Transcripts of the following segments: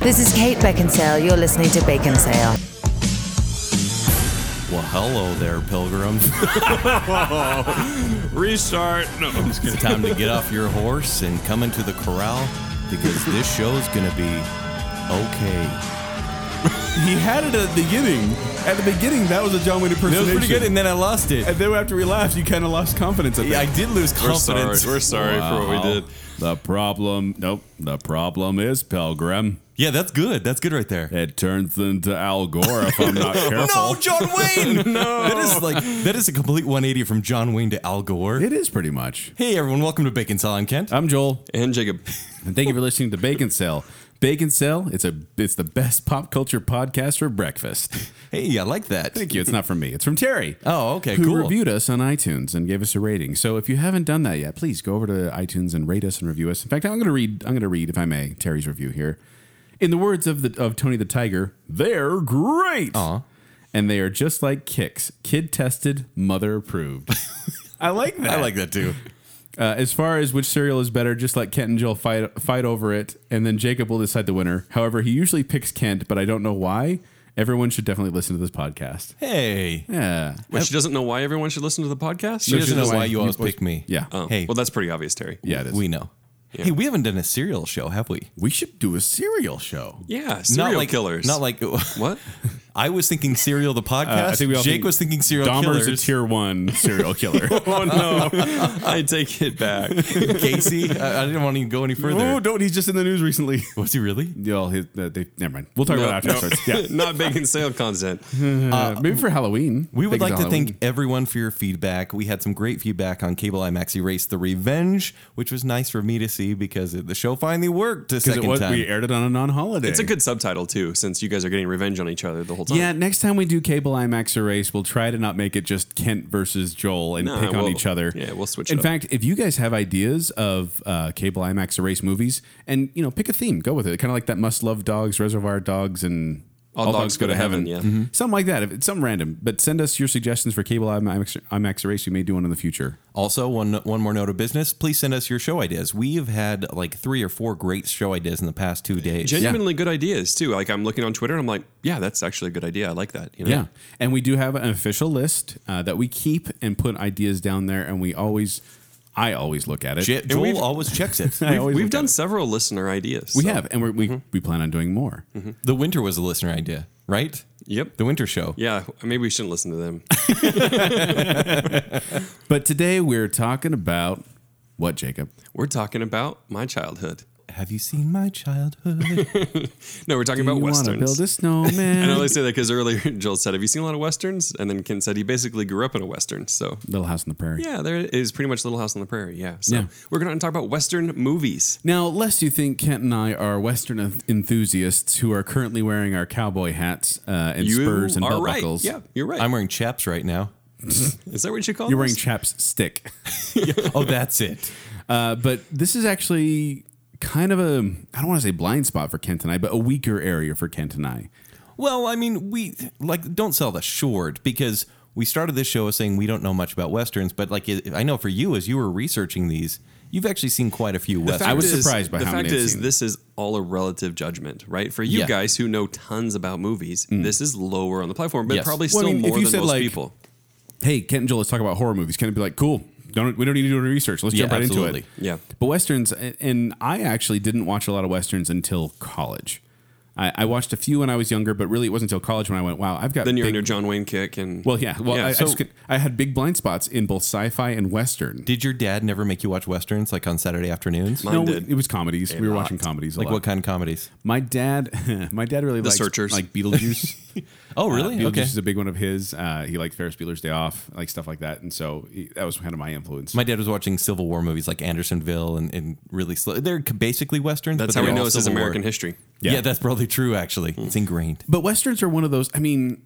This is Kate Beckinsale. You're listening to Bacon Sale. Well, hello there, pilgrim. Restart. No, I'm just kidding. Time to get off your horse and come into the corral because this show's gonna be okay. He had it at the beginning. At the beginning, that was a John Wayne That impersonation. was pretty good, and then I lost it. and then after we laughed, you kind of lost confidence. I think. I did lose We're confidence. sorry. We're sorry for what we Wow. did. The problem, nope. The problem is Pelgrim. Yeah, that's good. That's good right there. It turns into Al Gore if I'm not No, careful. John Wayne. no, that is like that is a complete 180 from John Wayne to Al Gore. It Uh, is pretty much. Hey everyone, welcome to Bacon Sale. I'm Kent. I'm Joel, And Jacob. and thank you for listening to Bacon Sale. Bacon Sale, it's a it's the best pop culture podcast for breakfast. Hey, I like that. Thank you. It's not from me. It's from Terry. Oh, okay, who cool. reviewed us on iTunes and gave us a rating. So if you haven't done that yet, please go over to iTunes and rate us and review us. In fact, I'm going to read. I'm going to read, if I may, Terry's review here. In the words of the of Tony the Tiger, they're great, Aw. and they are just like kicks, kid tested, mother approved. I like that. I like that too. Uh, as far as which cereal is better, just let Kent and Jill fight fight over it, and then Jacob will decide the winner. However, he usually picks Kent, but I don't know why. Everyone should definitely listen to this podcast. Hey, Yeah. But she doesn't know why everyone should listen to the podcast? she doesn't know just- why you always you- pick me. Yeah. Oh, Hey. Well, that's pretty obvious, Terry. Yeah, it is. we know. Hey, we haven't done a serial show, have we? we should do a cereal show. Yeah. Serial not like killers. Not like What? I was thinking serial the podcast. Uh, I think we all Jake think was thinking serial Dahmer's killers. a tier one serial killer. Oh, no. I take it back. Casey. I, I didn't want to even go any further. oh, don't. He's just in the news recently. Was he really? Well, his, uh, they, never mind. We'll talk No, about it after no. it starts. Yeah. Not bacon sale content. Uh, maybe for Halloween. We would Think like it's to Halloween. thank everyone for your feedback. We had some great feedback on Cable IMAX Erase the Revenge, which was nice for me to see because it, the show finally worked a 'Cause second it was, time. we aired it on a non-holiday. It's a good subtitle, too, since you guys are getting revenge on each other the whole time. Yeah, next time we do cable IMAX or race, we'll try to not make it just Kent versus Joel and No, pick on we'll- each other. yeah, we'll switch it In up. fact, if you guys have ideas of uh, cable IMAX or race movies, and you know, pick a theme, go with it. Kind of like that Must Love Dogs, Reservoir Dogs, and Mm-hmm. All Dogs Go to Heaven, yeah. something like that. If it's some random, but send us your suggestions for cable IMAX, IMAX or race. We may do one in the future. Also, one one more note of business. Please send us your show ideas. We've had like three or four great show ideas in the past two days. Genuinely good ideas, too. Like, I'm looking on Twitter and I'm like, yeah, that's actually a good idea. I like that. You know? Yeah. And we do have an official list uh, that we keep and put ideas down there, and we always, I always look at it. J- Joel always checks it. I always We've look at done it. several listener ideas. We so- mm-hmm. have, and we're, we we plan on doing more. the winter was a listener idea, right? Yep. The winter show. Yeah. Maybe we shouldn't listen to them. But today we're talking about what, Jacob? We're talking about my childhood. Have you seen my childhood? No, we're talking about you wanna westerns. build a snowman? And I only say that because earlier Joel said, "Have you seen a lot of westerns?" And then Ken said he basically grew up in a western. So Little House on the Prairie. yeah, there is pretty much Little House on the Prairie. Yeah. So Yeah. we're going to talk about western movies. Now, lest you think Kent and I are Western en- enthusiasts who are currently wearing our cowboy hats uh, and You spurs and are belt right. buckles, Yeah, you're right. I'm wearing chaps right now. is that what you call? you're wearing those? chaps stick. Oh, that's it. Uh, but this is actually kind of a I don't want to say blind spot for Kent and I, but a weaker area for Kent and I. Well, I mean, we like don't sell the short because we started this show as saying we don't know much about westerns, but like I- I know for you, as you were researching these, you've actually seen quite a few The westerns. I fact was is- surprised by the how many fact I've is seen. this is all a relative judgment, right? For you Yeah. guys who know tons about movies, this is lower on the platform, but Yes. probably Mm. Well, I still mean, if more you than said, most like- people. Hey, Kent and Joel, let's talk about horror movies. Kent would be like, cool. Don't we don't need to do any research. Let's Yeah, jump right absolutely. into it. Yeah. But westerns, and- and I actually didn't watch a lot of westerns until college. I, I watched a few when I was younger, but really it wasn't until college when I went, wow, I've got. Then you're big- in your John Wayne kick, and Well, yeah. Well, I, I so- just could- I had big blind spots in both sci-fi and western. Did your dad never make you watch westerns like on Saturday afternoons? Mine no, did. it was comedies. we were watching lot. comedies. A like lot. what kind of comedies? My dad, my dad really likes Searchers. like Beetlejuice. Oh, Uh, really? Beetlejuice okay. is a big one of his. Uh, he liked Ferris Bueller's Day Off, like stuff like that, and so he, that was kind of my influence. My dad was watching Civil War movies like Andersonville and, and really slow. They're basically westerns. that's but how we they're know all this is Civil War. American history. Yeah. Mm. Yeah. that's probably true. Actually, it's ingrained. But westerns are one of those. I mean,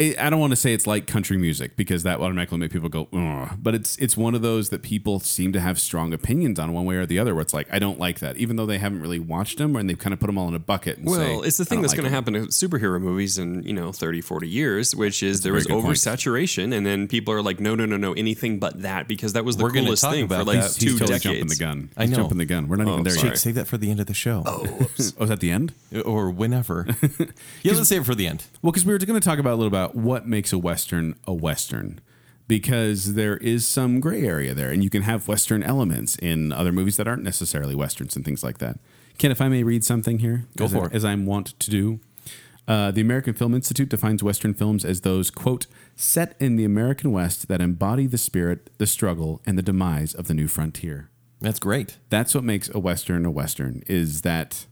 it, I don't want to say it's like country music because that automatically make people go, Ugh. but it's it's one of those that people seem to have strong opinions on one way or the other. Where it's like I don't like that, even though they haven't really watched them, and they've kind of put them all in a bucket. And Well, say, it's the "I thing don't that's like going to happen them." to superhero movies in, you know, 30, 40 years, which is there very was good point. oversaturation and then people are like, no, no, no, no, anything but that because that was the We're gonna coolest talk thing for about like that. two He's totally decades. Oh, jumping the gun. I He's know. jumping the gun. We're not even there sorry. yet. Save that for the end of the show. Oh. Oh, is that the end? Or whenever. yeah, let's save it for the end. Well, because we were going to talk about a little about what makes a western a western, because there is some gray area there, and you can have western elements in other movies that aren't necessarily westerns and things like that. Ken, if I may read something here, Go as for I- it. As I'm wont to do, uh, the American Film Institute defines western films as those quote set in the American West that embody the spirit, the struggle, and the demise of the new frontier That's great. that's what makes a western a western is that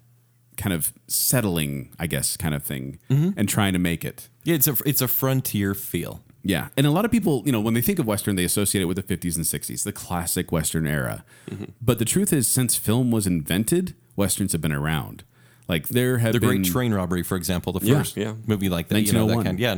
kind of settling i guess kind of thing Mm-hmm. and trying to make it Yeah, it's a it's a frontier feel. yeah and a lot of people you know when they think of western they associate it with the 50s and 60s the classic western era Mm-hmm. but the truth is since film was invented westerns have been around like there have The been Great Train Robbery, for example, the Yeah, first yeah. movie like that. You know, that 1901. kind. Yeah,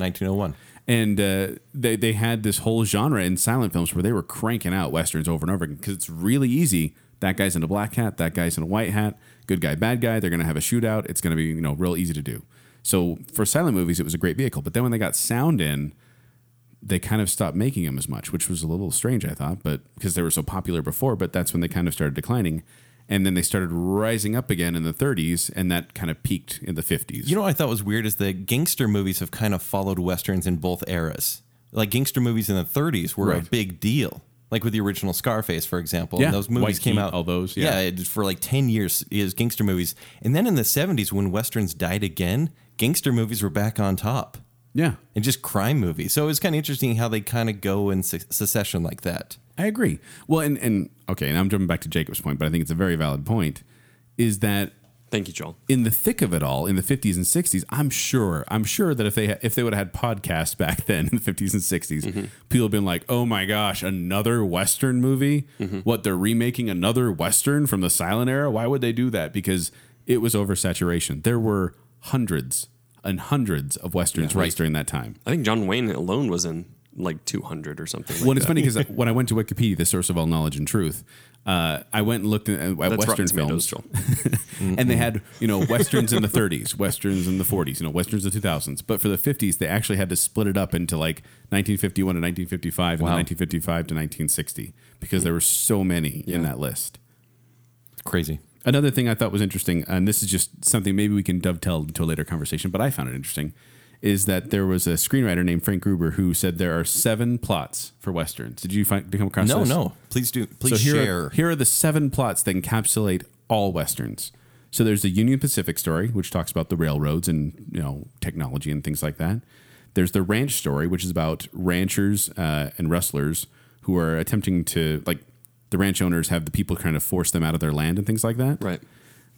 1901. and uh, they they had this whole genre in silent films where they were cranking out westerns over and over again because it's really easy. That guy's in a black hat, that guy's in a white hat, good guy, bad guy. They're gonna have a shootout. It's gonna be you know real easy to do. So for silent movies, it was a great vehicle. But then when they got sound in, they kind of stopped making them as much, which was a little strange, I thought, but because they were so popular before. But that's when they kind of started declining. And then they started rising up again in the 30s, and that kind of peaked in the 50s. You know what I thought was weird is that gangster movies have kind of followed westerns in both eras. Like gangster movies in the 30s were a Right. big deal. Like with the original Scarface, for example, Yeah. And those movies White came Heat, out all those, yeah. it- for like ten years is gangster movies, and then in the seventies when westerns died again, gangster movies were back on top, yeah. and just crime movies. So it's kind of interesting how they kind of go in se- secession like that. I agree. Well, and and okay, and I'm jumping back to Jacob's point, but I think it's a very valid point. Is that Thank you, Joel. in the thick of it all, in the 50s and 60s, I'm sure, I'm sure that if they ha- if they would have had podcasts back then in the 50s and 60s, people have been like, "Oh my gosh, another Western movie! What they're remaking another Western from the silent era? Why would they do that? Because it was oversaturation. There were hundreds and hundreds of westerns released during that time. I think John Wayne alone was in like 200 or something. Like Well, that. it's funny because when I went to Wikipedia, the source of all knowledge and truth, uh, I went and looked at, at That's Rotten Western Tomatoes, films, Joel. and they had you know westerns in the 30s, westerns in the 40s, you know westerns of the 2000s. But for the 50s, they actually had to split it up into like 1951 to 1955, and 1955 to 1960, because there were so many in that list. It's crazy. Another thing I thought was interesting, and this is just something maybe we can dovetail into a later conversation, but I found it interesting, is that there was a screenwriter named Frank Gruber who said there are seven plots for westerns. Did you find come across? No, this? no, please do, please So here share. Are, here are the seven plots that encapsulate all westerns. So there's the Union Pacific story, which talks about the railroads and you know technology and things like that. There's the ranch story, which is about ranchers uh, and rustlers who are attempting to like the ranch owners have the people kind of force them out of their land and things like that. Right.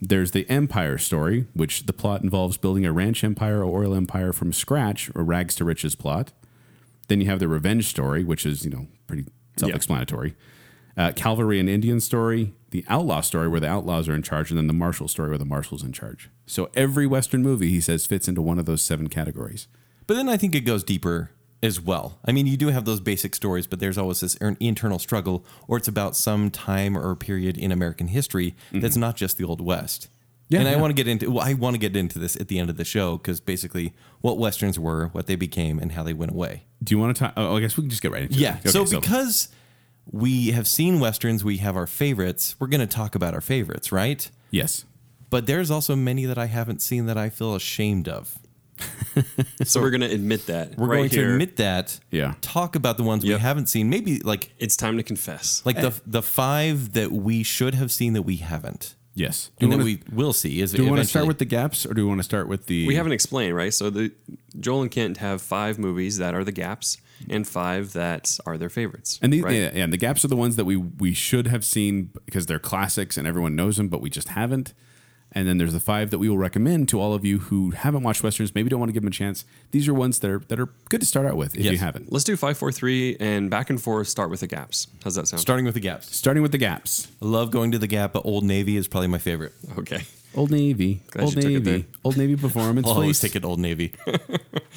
There's the empire story, which the plot involves building a ranch empire or oil empire from scratch, or rags to riches plot. Then you have the revenge story, which is you know pretty self-explanatory. Uh, cavalry and Indian story, the outlaw story where the outlaws are in charge, and then the marshal story where the marshal's in charge. So every western movie, he says, fits into one of those seven categories. But then I think it goes deeper as well. I mean, you do have those basic stories, but there's always this in- internal struggle, or it's about some time or period in American history that's not just the Old West. Mm-hmm. Yeah, and I yeah. want to get into. Well, I want to get into this at the end of the show because basically, what westerns were, what they became, and how they went away. Do you want to talk? Oh, I guess we can just get right into Yeah. it. Okay, so because we have seen westerns, we have our favorites. We're going to talk about our favorites, right? yes, But there's also many that I haven't seen that I feel ashamed of. So we're going to admit that. We're right going here. to admit that. Yeah. Talk about the ones Yep. we haven't seen. Maybe like It's time to confess. like Eh. the the five that we should have seen that we haven't, yes. Do and we that wanna- we will see. Is do we want to eventually. start with the gaps, or do we want to start with the? we haven't explained, right? So the Joel and Kent have five movies that are the gaps and five that are their favorites. And the, right? yeah, yeah, and the gaps are the ones that we we should have seen because they're classics and everyone knows them, but we just haven't. And then there's the five that we will recommend to all of you who haven't watched westerns, maybe don't want to give them a chance. These are ones that are that are good to start out with if you Yes. haven't. Let's do five, four, three, and back and forth. Start with the gaps. How's that sound? starting with the gaps. Starting with the gaps, I love going to the Gap, but Old Navy is probably my favorite. Okay. Old Navy, Glad Old you took it Navy, there. Old Navy performance. I'll always please. take it Old Navy.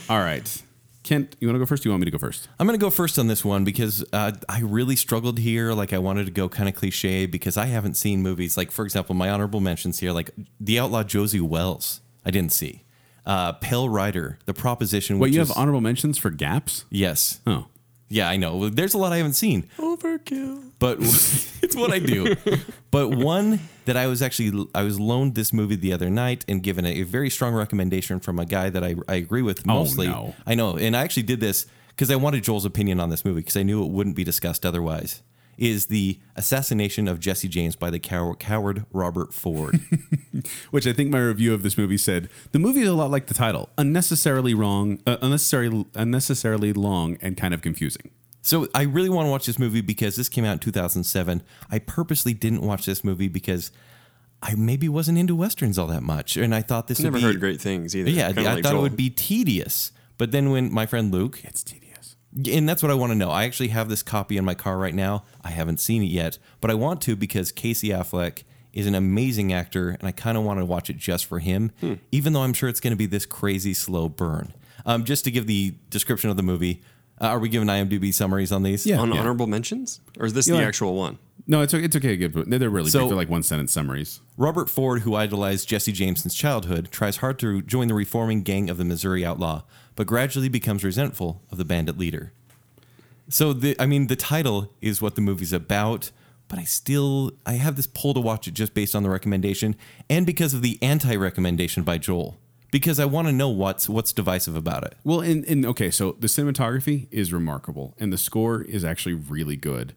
All right, Kent, you want to go first? Or you want me to go first? I'm going to go first on this one because uh, I really struggled here. Like, I wanted to go kind of cliche because I haven't seen movies. Like, for example, my honorable mentions here, like The Outlaw Josie Wells, I didn't see. Uh, Pale Rider, The Proposition. Wait, which you is- have honorable mentions for gaps? Yes. Oh, Yeah, I know. There's a lot I haven't seen, Overkill. but it's what I do. But one that I was actually I was loaned this movie the other night and given a, a very strong recommendation from a guy that I, I agree with mostly. no. I know, and I actually did this because I wanted Joel's opinion on this movie because I knew it wouldn't be discussed otherwise. Is the assassination of Jesse James by the cow- coward Robert Ford? which I think my review of this movie said the movie is a lot like the title, unnecessarily wrong, uh, unnecessarily unnecessarily long, and kind of confusing. So I really want to watch this movie because this came out in 2007. I purposely didn't watch this movie because I maybe wasn't into westerns all that much, and I thought this Never would be, heard great things either. Yeah, Kinda I like thought Joel. it would be tedious. But then when my friend Luke, It's tedious. and that's what I want to know. I actually have this copy in my car right now. I haven't seen it yet, but I want to because Casey Affleck is an amazing actor, and I kind of want to watch it just for him, Hmm. even though I'm sure it's going to be this crazy slow burn. Um, just to give the description of the movie, uh, are we giving IMDb summaries on these? Yeah. on honorable mentions, or is this the Yeah. actual one? No, it's okay. It's okay. to give- They're they're really So- brief. They're like one sentence summaries. Robert Ford, who idolized Jesse James since childhood, tries hard to join the reforming gang of the Missouri outlaw, but gradually becomes resentful of the bandit leader. So the I mean the title is what the movie's about, but I still I have this pull to watch it just based on the recommendation and because of the anti-recommendation by Joel because I want to know what's what's divisive about it. Well, and, and okay, so the cinematography is remarkable, and the score is actually really good,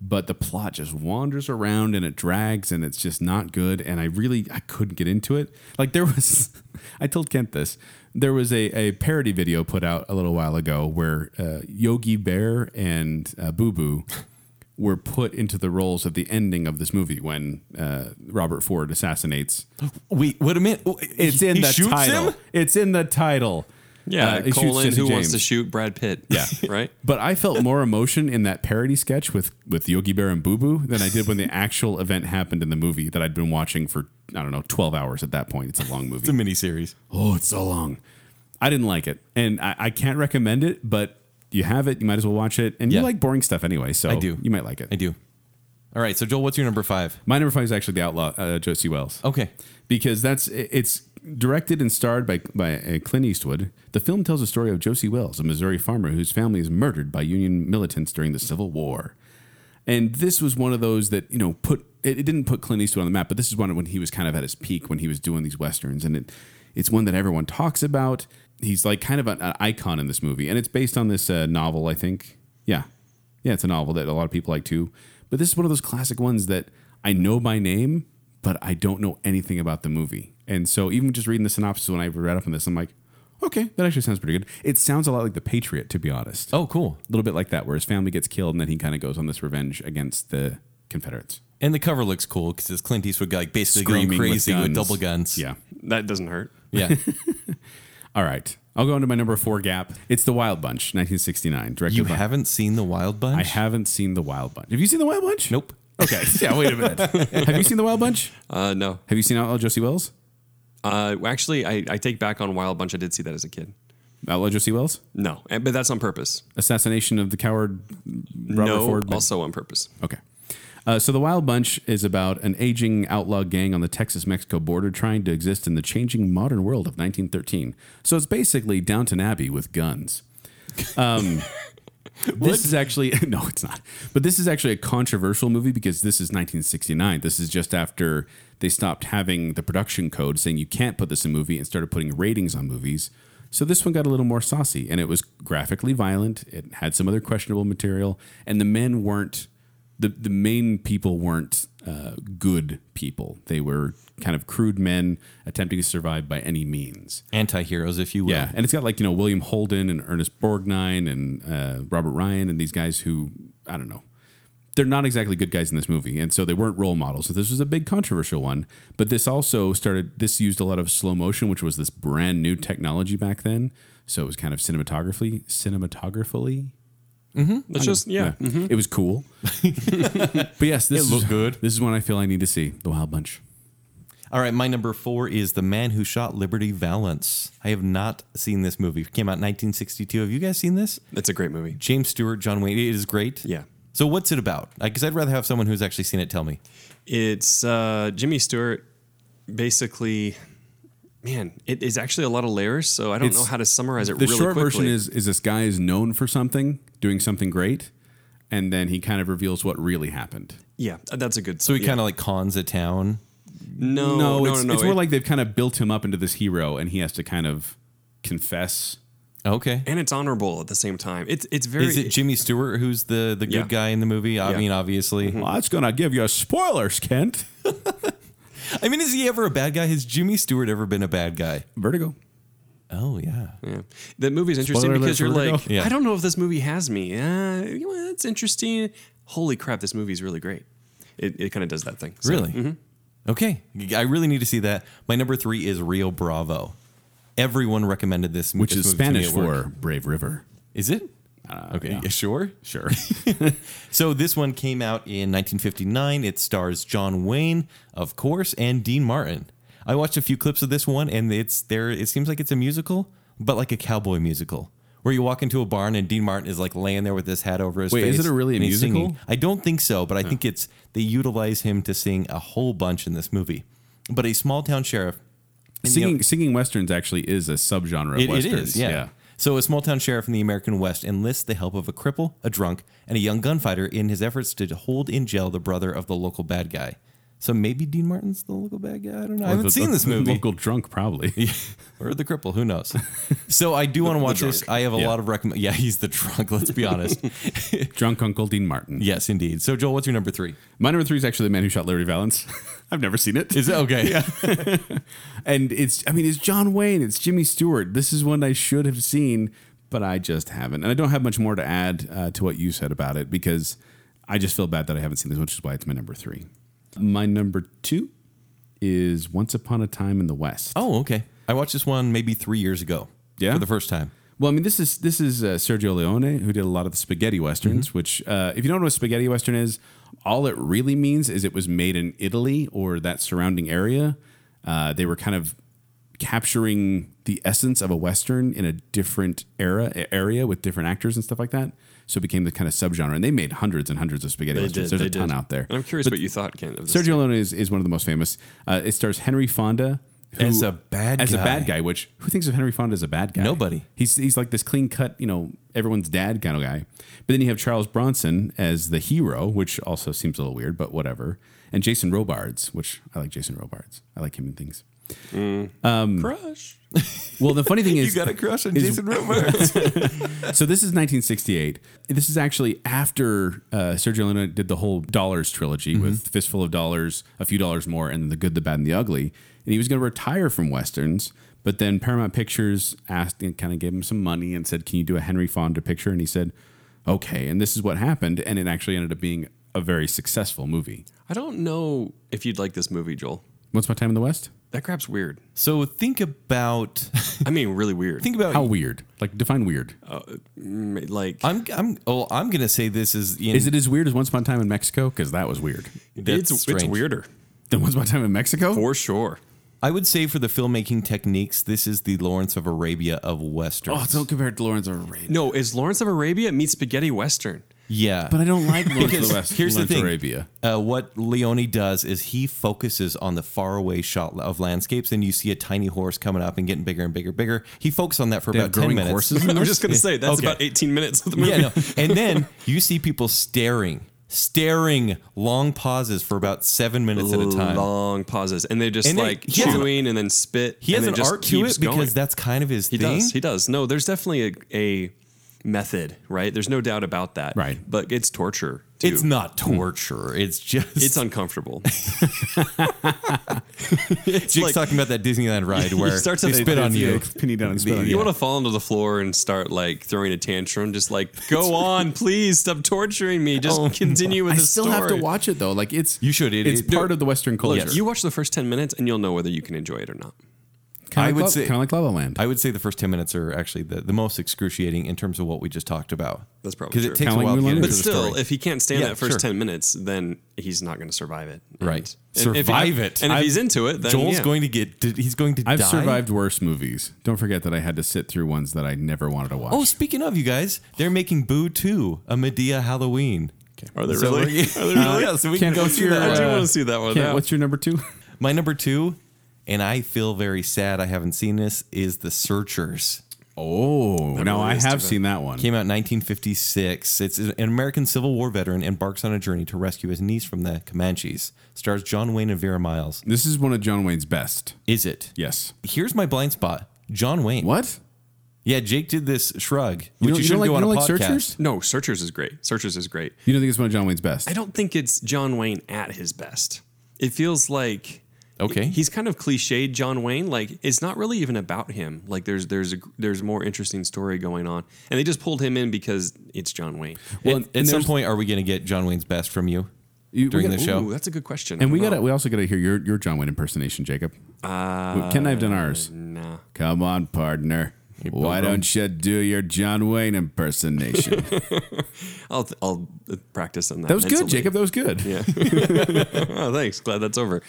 but the plot just wanders around and it drags, and it's just not good. And I really I couldn't get into it. Like there was, I told Kent this. There was a, a parody video put out a little while ago where uh, Yogi Bear and uh, Boo Boo were put into the roles of the ending of this movie when uh, Robert Ford assassinates. Wait, wait a minute. It's in he the shoots title. him? It's in the title. Yeah, Uh, he shoots colon. Jesse Who wants to James. shoot Brad Pitt? Yeah. right. But I felt more emotion in that parody sketch with with Yogi Bear and Boo Boo than I did when the actual event happened in the movie that I'd been watching for I don't know twelve hours at that point. It's a long movie. It's a miniseries. oh, it's so long. I didn't like it, and I, I can't recommend it. But you have it, you might as well watch it. And Yeah. you like boring stuff anyway, so I do. You might like it. I do. All right, so Joel, what's your number 5? My number five is actually the outlaw uh, Josie Wells. Okay. because that's it's directed and starred by by uh, Clint Eastwood. The film tells the story of Josie Wells, a Missouri farmer whose family is murdered by Union militants during the Civil War. And this was one of those that you know put it, it didn't put Clint Eastwood on the map, but this is one when he was kind of at his peak when he was doing these westerns, and it it's one that everyone talks about. He's like kind of an, an icon in this movie, and it's based on this uh, novel, I think. Yeah, yeah, it's a novel that a lot of people like too. But this is one of those classic ones that I know by name, but I don't know anything about the movie. And so even just reading the synopsis when I read up on this, I'm like, okay, that actually sounds pretty good. It sounds a lot like The Patriot, to be honest. Oh, cool. A little bit like that, where his family gets killed and then he kind of goes on this revenge against the Confederates. And the cover looks cool because it's Clint Eastwood like basically going Screaming crazy with, guns. double guns. Yeah. That doesn't hurt. yeah. All right. I'll go into my number four gap. It's The Wild Bunch, 1969. Directed You by. haven't seen the Wild Bunch? I haven't seen The Wild Bunch. Have you seen The Wild Bunch? Nope. Okay. Yeah, wait a minute. Have you seen The Wild Bunch? Uh, no. Have you seen Outlaw Josie Wells? Uh, actually, I, I take back on Wild Bunch. I did see that as a kid. Outlaw Josie Wells? No, eh, but that's on purpose. assassination of the coward Robert no, Ford. but- also on purpose. okay. Uh, so the Wild Bunch is about an aging outlaw gang on the Texas-Mexico border trying to exist in the changing modern world of 1913. So it's basically Downton Abbey with guns. Um, this is actually no, it's not. But this is actually a controversial movie because this is 1969. This is just after they stopped having the production code saying you can't put this in a movie and started putting ratings on movies. So this one got a little more saucy and it was graphically violent. It had some other questionable material, and the men weren't the the main people weren't uh, good people. They were kind of crude men attempting to survive by any means. Anti heroes, if you will. Yeah, and it's got like you know William Holden and Ernest Borgnine and uh, Robert Ryan and these guys who I don't know. They're not exactly good guys in this movie, and so they weren't role models. So this was a big controversial one. But this also started. This used a lot of slow motion, which was this brand new technology back then. So it was kind of cinematographically, cinematographically. That's just yeah. Yeah. It was cool. but yes, this mm-hmm. It looked is, good. This is one I feel I need to see. The Wild Bunch. All right, my number four is The Man Who Shot Liberty Valance. I have not seen this movie. It came out in 1962. Have you guys seen this? It's a great movie. James Stewart, John Wayne. It is great. Yeah. So what's it about? Because I'd rather have someone who's actually seen it tell me. It's uh, Jimmy Stewart basically. Man, it is actually a lot of layers, so I don't It's- know how to summarize it The really short quickly. version is is this guy is known for something, doing something great, and then he kind of reveals what really happened. yeah, uh, that's a good. So he kind of like cons a town. no, no, no, no, it's, no. it's more it- like they've kind of built him up into this hero, and he has to kind of confess. Okay. and it's honorable at the same time. It's it's very. Is it Jimmy Stewart who's the the good Yeah. guy in the movie? I Yeah. mean, obviously. Well, that's gonna give you spoilers, Kent. I mean, is he ever a bad guy? Has Jimmy Stewart ever been a bad guy? Vertigo. Oh yeah. Yeah. The movie's interesting Spoiler alert because for you're Vertigo. like, Yeah. I don't know if this movie has me. Uh, you know, that's interesting. Holy crap, this movie's really great. It, it kind of does that thing. So, mm-hmm. Really? Okay. I really need to see that. My number three is Rio Bravo. Everyone recommended this, which this is movie to me Spanish at work. for Brave River. Is it? okay. Uh, yeah. you Sure. Sure. So this one came out in 1959. It stars John Wayne, of course, and Dean Martin. I watched a few clips of this one, and it's there. It seems like it's a musical, but like a cowboy musical, where you walk into a barn and Dean Martin is like laying there with his hat over his Wait, face. is it a really a and he's singing. musical? I don't think so, but I think it's they utilize him to sing a whole bunch in this movie. But a small town sheriff in the- singing singing westerns actually is a subgenre of it, it westerns. is, yeah. So, a small town sheriff in the American West enlists the help of a cripple, a drunk, and a young gunfighter in his efforts to hold in jail the brother of the local bad guy. So maybe Dean Martin's the local bad guy. I don't know. I haven't The- seen the- this the movie. Local drunk, probably. or the cripple. Who knows? So I do want to watch this. drunk. I have a Yeah. lot of recommend. Yeah, he's the drunk. Let's be honest. drunk Uncle Dean Martin. yes, indeed. So Joel, what's your number three? My number three is actually the man who shot Larry Valance. I've never seen it. Is it okay? Yeah. and it's I mean it's John Wayne, it's Jimmy Stewart. This is one I should have seen, but I just haven't, and I don't have much more to add uh, to what you said about it because I just feel bad that I haven't seen this, which is why it's my number three. My number two is Once Upon a Time in the West. Oh, okay. I watched this one maybe three years ago. Yeah? for the first time. Well, I mean, this is this is uh, Sergio Leone who did a lot of the spaghetti westerns. Mm-hmm. Which, uh, if you don't know what spaghetti western is, all it really means is it was made in Italy or that surrounding area. Uh, they were kind of capturing the essence of a western in a different era area with different actors and stuff like that. So it became the kind of subgenre, and they made hundreds and hundreds of spaghetti They did. westerns. they There's a ton did. out there. And I'm curious what you thought, Ken. Of this. Sergio Leone is, is one of the most famous. Uh, it stars Henry Fonda who- As a bad as a guy. bad guy. Which who thinks of Henry Fonda as a bad guy? Nobody. He's he's like this clean cut, you know, everyone's dad kind of guy. But then you have Charles Bronson as the hero, which also seems a little weird, but whatever. And Jason Robards, which I like Jason Robards. I like him in things. Um, crush. Well, the funny thing is, a crush on is- Romer. so this is 1968. This is actually after uh, Sergio Leone did the whole Dollars trilogy with Fistful of Dollars, A Few Dollars More, and The Good, the Bad, and the Ugly. And he was going to retire from westerns, but then Paramount Pictures asked and kind of gave him some money and said, "Can you do a Henry Fonda picture?" And he said, "Okay." And this is what happened, and it actually ended up being a very successful movie. I don't know if you'd like this movie, Joel. Once Upon a Time in the West. That crap's weird. so think about I mean, really weird. think about How weird? Like define weird. Mm, like I'm I'm oh I'm gonna say this is in, Is it as weird as Once Upon a Time in Mexico? Because that was weird. that's it's, it's strange. weirder Then Once Upon a Time in Mexico. for sure. I would say for the filmmaking techniques, this is the Lawrence of Arabia of westerns. Oh, don't compare it to Lawrence of Arabia. No, is Lawrence of Arabia meets spaghetti western? yeah, But I don't like Lawrence of Because the West. here's the Lawrence thing. Arabia. Uh, what Leone does is he focuses on the faraway shot of landscapes, and you see a tiny horse coming up and getting bigger and bigger, bigger. He focuses on that for They have about ten growing minutes. horses in I'm this? just gonna say that's Okay. about 18 minutes of the movie. yeah, no. and then you see people staring, staring, long pauses for about seven minutes at a time. long pauses, and they just And they- like he has an- chewing and then spit. he has and it an just art to keeps it because going. that's kind of his he thing. does. He does. No, there's definitely a, a method, right? There's no doubt about that. Right. but it's torture. Too. it's not torture. It's just Hmm. It's uncomfortable. Jake's talking about that Disneyland ride where start to they think spit on it's- you. yeah. Penny down and spit on You want to fall onto the floor and start like throwing a tantrum, just like go on, please stop torturing me. Oh Just continue with I the still story. have to watch it though. Like it's You should. It- it's it- part of the Western culture. Look, you watch the first ten minutes and you'll know whether you can enjoy it or not. Kind I of would like, say- kind of like La La Land. I would say the first 10 minutes are actually the, the most excruciating in terms of what we just talked about. That's probably Because true. it takes Kinda like a while to Moulin get into Oh, But Rouge. the still, story. if he can't stand Yeah, that first sure. 10 minutes, then he's not going to survive it. And- Right. and if he- Survive it. And if I've- he's into it, then Joel's yeah. going to get, did- he's going to I've die. survived worse movies. Don't forget that I had to sit through ones that I never wanted to watch. Oh, speaking of you guys, they're making Boo 2, a Medea Halloween. Are they So really? we're- Are they really? yeah, so we Ken, can go what's through your, that. I do uh, want to see that one. Kent, now. what's your number two? My number two, and I feel very sad I haven't seen this, is The Searchers. Oh, no, I list have of it. seen that one. Came out in 1956. It's an American Civil War veteran embarks on a journey to rescue his niece from the Comanches. Stars John Wayne and Vera Miles. This is one of John Wayne's best. Is it? Yes. Here's my blind spot. John Wayne. What? Yeah, Jake did this shrug, which you, don't- you don't should like- do you on a don't like podcast. Searchers? No, Searchers is great. Searchers is great. You don't think it's one of John Wayne's best? I don't think it's John Wayne at his best. It feels like Okay. he's kind of cliched John Wayne. Like it's not really even about him. Like there's there's a, there's more interesting story going on, and they just pulled him in because it's John Wayne. Well, at and at some there's- point, are we going to get John Wayne's best from you You- we during got- the show? Ooh, that's a good question. And I we don't got know. we also got to hear your your John Wayne impersonation, Jacob. Uh, Ken and I've done ours. Nah. Come on, partner. Why don't you do your John Wayne impersonation? that I'll I'll uh, practice on that. was good, mentally. Jacob. That was good. Oh, thanks. Glad that's over.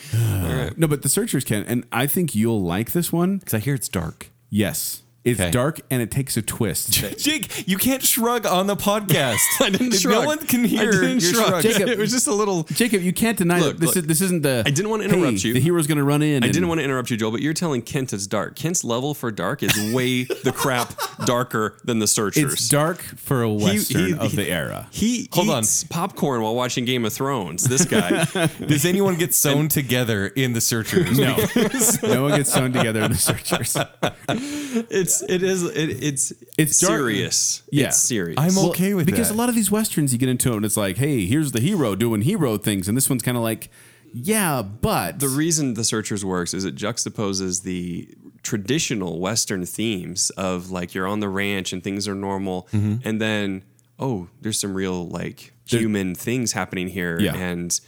No, but the searchers can, and I think you'll like this one. Because I hear it's dark. Yes, it's Okay. dark and it takes a twist. Jake, you can't shrug on the podcast. I didn't shrug. No one can hear I didn't your shrug. shrug. Jacob- it was just a little. Jacob, you can't deny Look, that this look. is this isn't the. I didn't want to interrupt "Hey, you. The hero's going to run in. I didn't want to interrupt you, Joel, but you're telling Kent it's dark. Kent's level for dark is way the crap darker than the searchers. It's dark for a western of the era. He Hold on. eats popcorn while watching Game of Thrones. This guy. Does anyone get sewn together in the searchers? No, no one gets sewn together in the searchers. it's it is it, it's It's dark. serious. Yeah. It's serious. I'm okay with because that. a lot of these westerns you get into it and it's like, hey, here's the hero doing hero things, and this one's kind of like, yeah, but the reason the searchers works is it juxtaposes the traditional western themes of like you're on the ranch and things are normal Mm-hmm. and then oh there's some real like human things happening here Yeah. and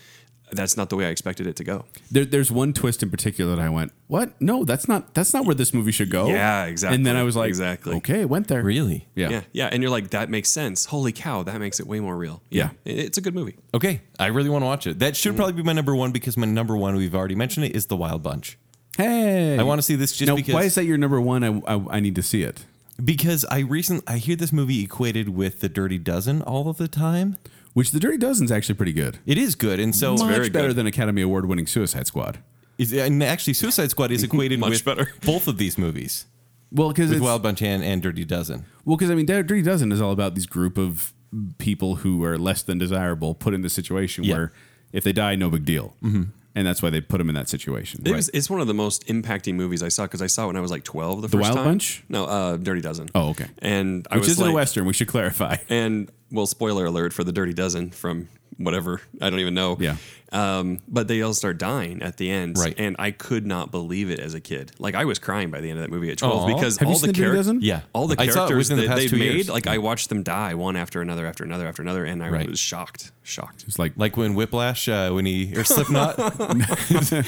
that's not the way i expected it to go there, there's one twist in particular that I went, what? No, that's not that's not where this movie should go. Yeah, exactly, And then I was like, exactly. okay, it went there. Really? Yeah. yeah yeah, and you're like that makes sense holy cow that makes it way more real Yeah. It- it's a good movie Okay, I really want to watch it. That Mm. should probably be my number one because my number one, we've already mentioned it, is The Wild Bunch. Hey, I want to see this just Mm. now, because why is that your number one? I, I I need to see it. because I recently I hear this movie equated with The Dirty Dozen all of the time. Which the Dirty Dozen's actually pretty good. It is good, and so Much very better good. than Academy Award winning Suicide Squad. Is- and actually Suicide Squad is equated Much with better. both of these movies Well, because with Wild Bunch and, and Dirty Dozen. Well, because I mean, Dirty Dozen is all about these group of people who are less than desirable put in this situation Yeah. where if they die, no big deal, mm-hmm. and that's why they put them in that situation. It was, it's one of the most impacting movies I saw because I saw it when I was like 12 the, first Wild time. Bunch? No, uh, Dirty Dozen. Oh, okay. And I Which was isn't a like- western. We should clarify. And well, spoiler alert for the Dirty Dozen from whatever I don't even know. Yeah. Um, but they all start dying at the end, Right. And I could not believe it as a kid. Like I was crying by the end of that movie at twelve Aw. because Have you all seen the, The Dirty characters, Dozen? Yeah. all the I saw it characters within the that past they two made, years. like I watched them die one after another, after another, after another, and I Right. was shocked, shocked. It's like, Like when Whiplash, uh, when he or Slipknot.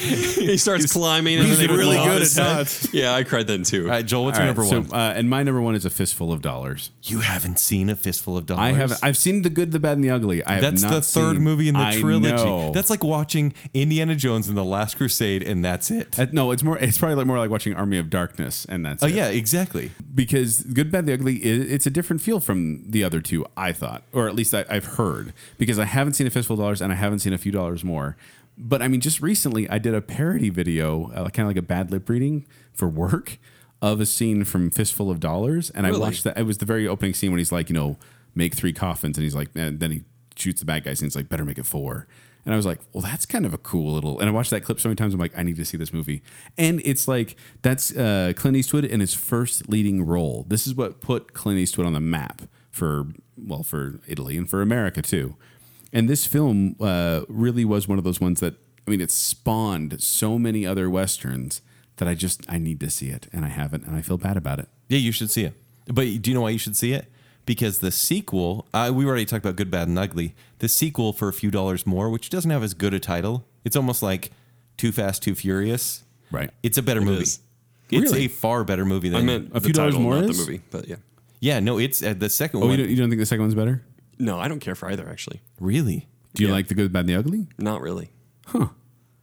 he starts climbing, and he's then they really blow good up at his knots. head. Yeah, I cried then too. All right, Joel, what's All your right, number so, one? uh, and my number one is a fistful of dollars. You haven't seen a fistful of dollars. I have. I've seen the good, the bad, and the ugly. I have That's not the third seen- movie in the I trilogy. know. That's like watching Indiana Jones and the Last Crusade, and that's it. Uh, no, it's more. It's probably like more like watching Army of Darkness, and that's Oh it. yeah, exactly. because Good, Bad, the Ugly, i it's a different feel from the other two, I thought, or at least I, I've heard, because I haven't seen a fistful of dollars and I haven't seen a few dollars more. But I mean, just recently I did a parody video, uh, kind of like a bad lip reading for work of a scene from Fistful of Dollars. And I Really? watched that. It was the very opening scene when he's like, you know, make three coffins. And he's like, and then he shoots the bad guys and he's like, better make it four. And I was like, well, that's kind of a cool little. And I watched that clip so many times. I'm like, I need to see this movie. And it's like, that's uh, Clint Eastwood in his first leading role. This is what put Clint Eastwood on the map for, well, for Italy and for America too. And this film uh, really was one of those ones that, I mean, it spawned so many other Westerns that I just, I need to see it. And I haven't. And I feel bad about it. Yeah, you should see it. But do you know why you should see it? Because the sequel, uh, we already talked about Good, Bad, and Ugly. The sequel for a few dollars more, which doesn't have as good a title. It's almost like Too Fast, Too Furious. Right. It's a better movie. is. It's Really? a far better movie than I meant the A few dollars title, more not is? the movie, but yeah. Yeah, no, it's uh, the second Oh, one. you don't, you don't think the second one's better? No, I don't care for either. Actually, really? Do you like the good, bad, and the ugly? not really.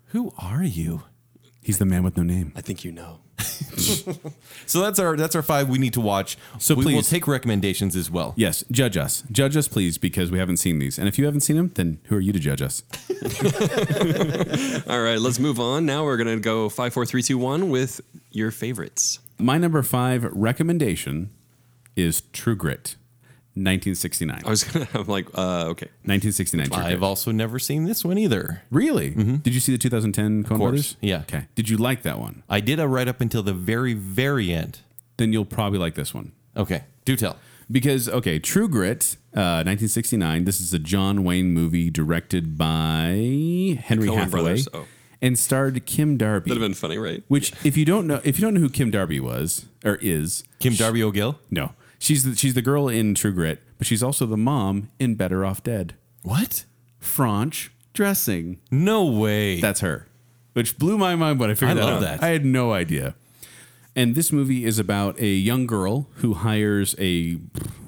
Who are you? He's the man with no name. I think you know. So that's our that's our five we need to watch. So we will please- take recommendations as well. Yes, judge us. Judge us, please, because we haven't seen these. And if you haven't seen them, then who are you to judge us? All right, let's move on. Now we're gonna go five, four, three, two, one with your favorites. My number five recommendation is True Grit, 1969. I was gonna. I'm like, uh, okay. 1969. True I've Grit. also never seen this one either. Really? Mm-hmm. Did you see the 2010 Coen course, Brothers? yeah. Okay. Did you like that one? I did a right up until the very very end. Then you'll probably like this one. Okay, do tell. Because okay, True Grit, uh, 1969. This is a John Wayne movie directed by Henry Coen Hathaway brothers, oh. and starred Kim Darby. That'd have been funny, right? which, if you don't know, if you don't know who Kim Darby was or is, Kim Darby O'Gill. no, she's the, she's the girl in True Grit, but she's also the mom in Better Off Dead. What? French dressing. No way. That's her, which blew my mind when I figured I that love out. that. I had no idea. And this movie is about a young girl who hires a,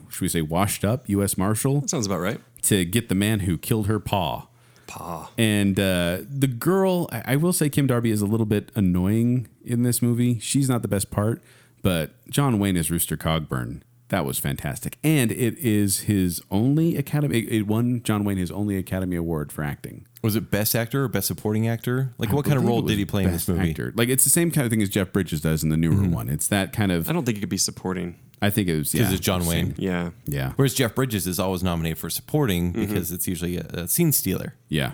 should we say, washed up U.S. Marshal That sounds about right. to get the man who killed her pa. Pa. And uh, the girl, I, I will say, Kim Darby is a little bit annoying in this movie. She's not the best part, but John Wayne is Rooster Cogburn. That was fantastic, and it is his only Academy. It, it won John Wayne his only Academy Award for acting. was it best actor or best supporting actor? Like what I kind of believe role it was did he play in this Best movie? Mm-hmm. Actor. Like it's the same kind of thing as Jeff Bridges does in the newer one. It's that kind of. I don't think it could be supporting. I think it was Because yeah, it's John Wayne. Yeah. Yeah, Whereas Jeff Bridges is always nominated for supporting Mm-hmm. because it's usually a, a scene stealer. Yeah.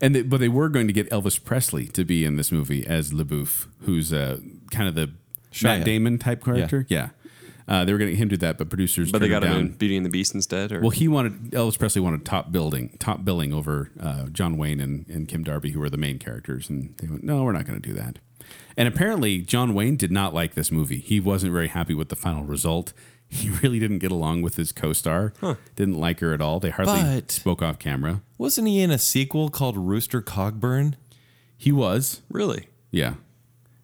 And they, but they were going to get Elvis Presley to be in this movie as LeBouf, who's uh, kind of the Shia. Matt Damon type character. Yeah. Uh, they were going to get him to do that, but producers But they turned got him him down. in Beauty and the Beast instead, or Well, he wanted Elvis Presley wanted top building, top billing over uh, John Wayne and, and Kim Darby, who were the main characters, and they went, "No, we're not going to do that." And apparently, John Wayne did not like this movie. He wasn't very happy with the final result. He really didn't get along with his co-star. Didn't like her at all. They hardly But- spoke off camera. Wasn't he in a sequel called Rooster Cogburn? He was, really? yeah,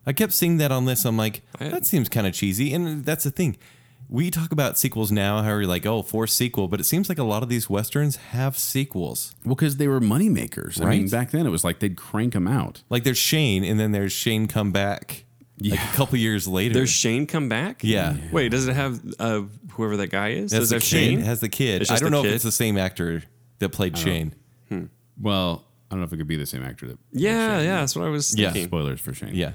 I kept seeing that on this. I'm like, that seems kind of cheesy. And that's the thing. We talk about sequels now, how you're like, oh, forced sequel, but it seems like a lot of these westerns have sequels. Well, because they were moneymakers. I mean, Right. back then it was like they'd crank them out. Like there's Shane, and then there's Shane come back like a couple years later. There's Shane come back? Yeah. Wait, does it have uh, whoever that guy is? That's does it the have kid, Shane? has the kid. It's I just don't the know if kid? Oh. it's the same actor that played Shane. Well, I don't know if it could be the same actor. That yeah, yeah, that's what I was Yeah. thinking. Spoilers for Shane. Yeah.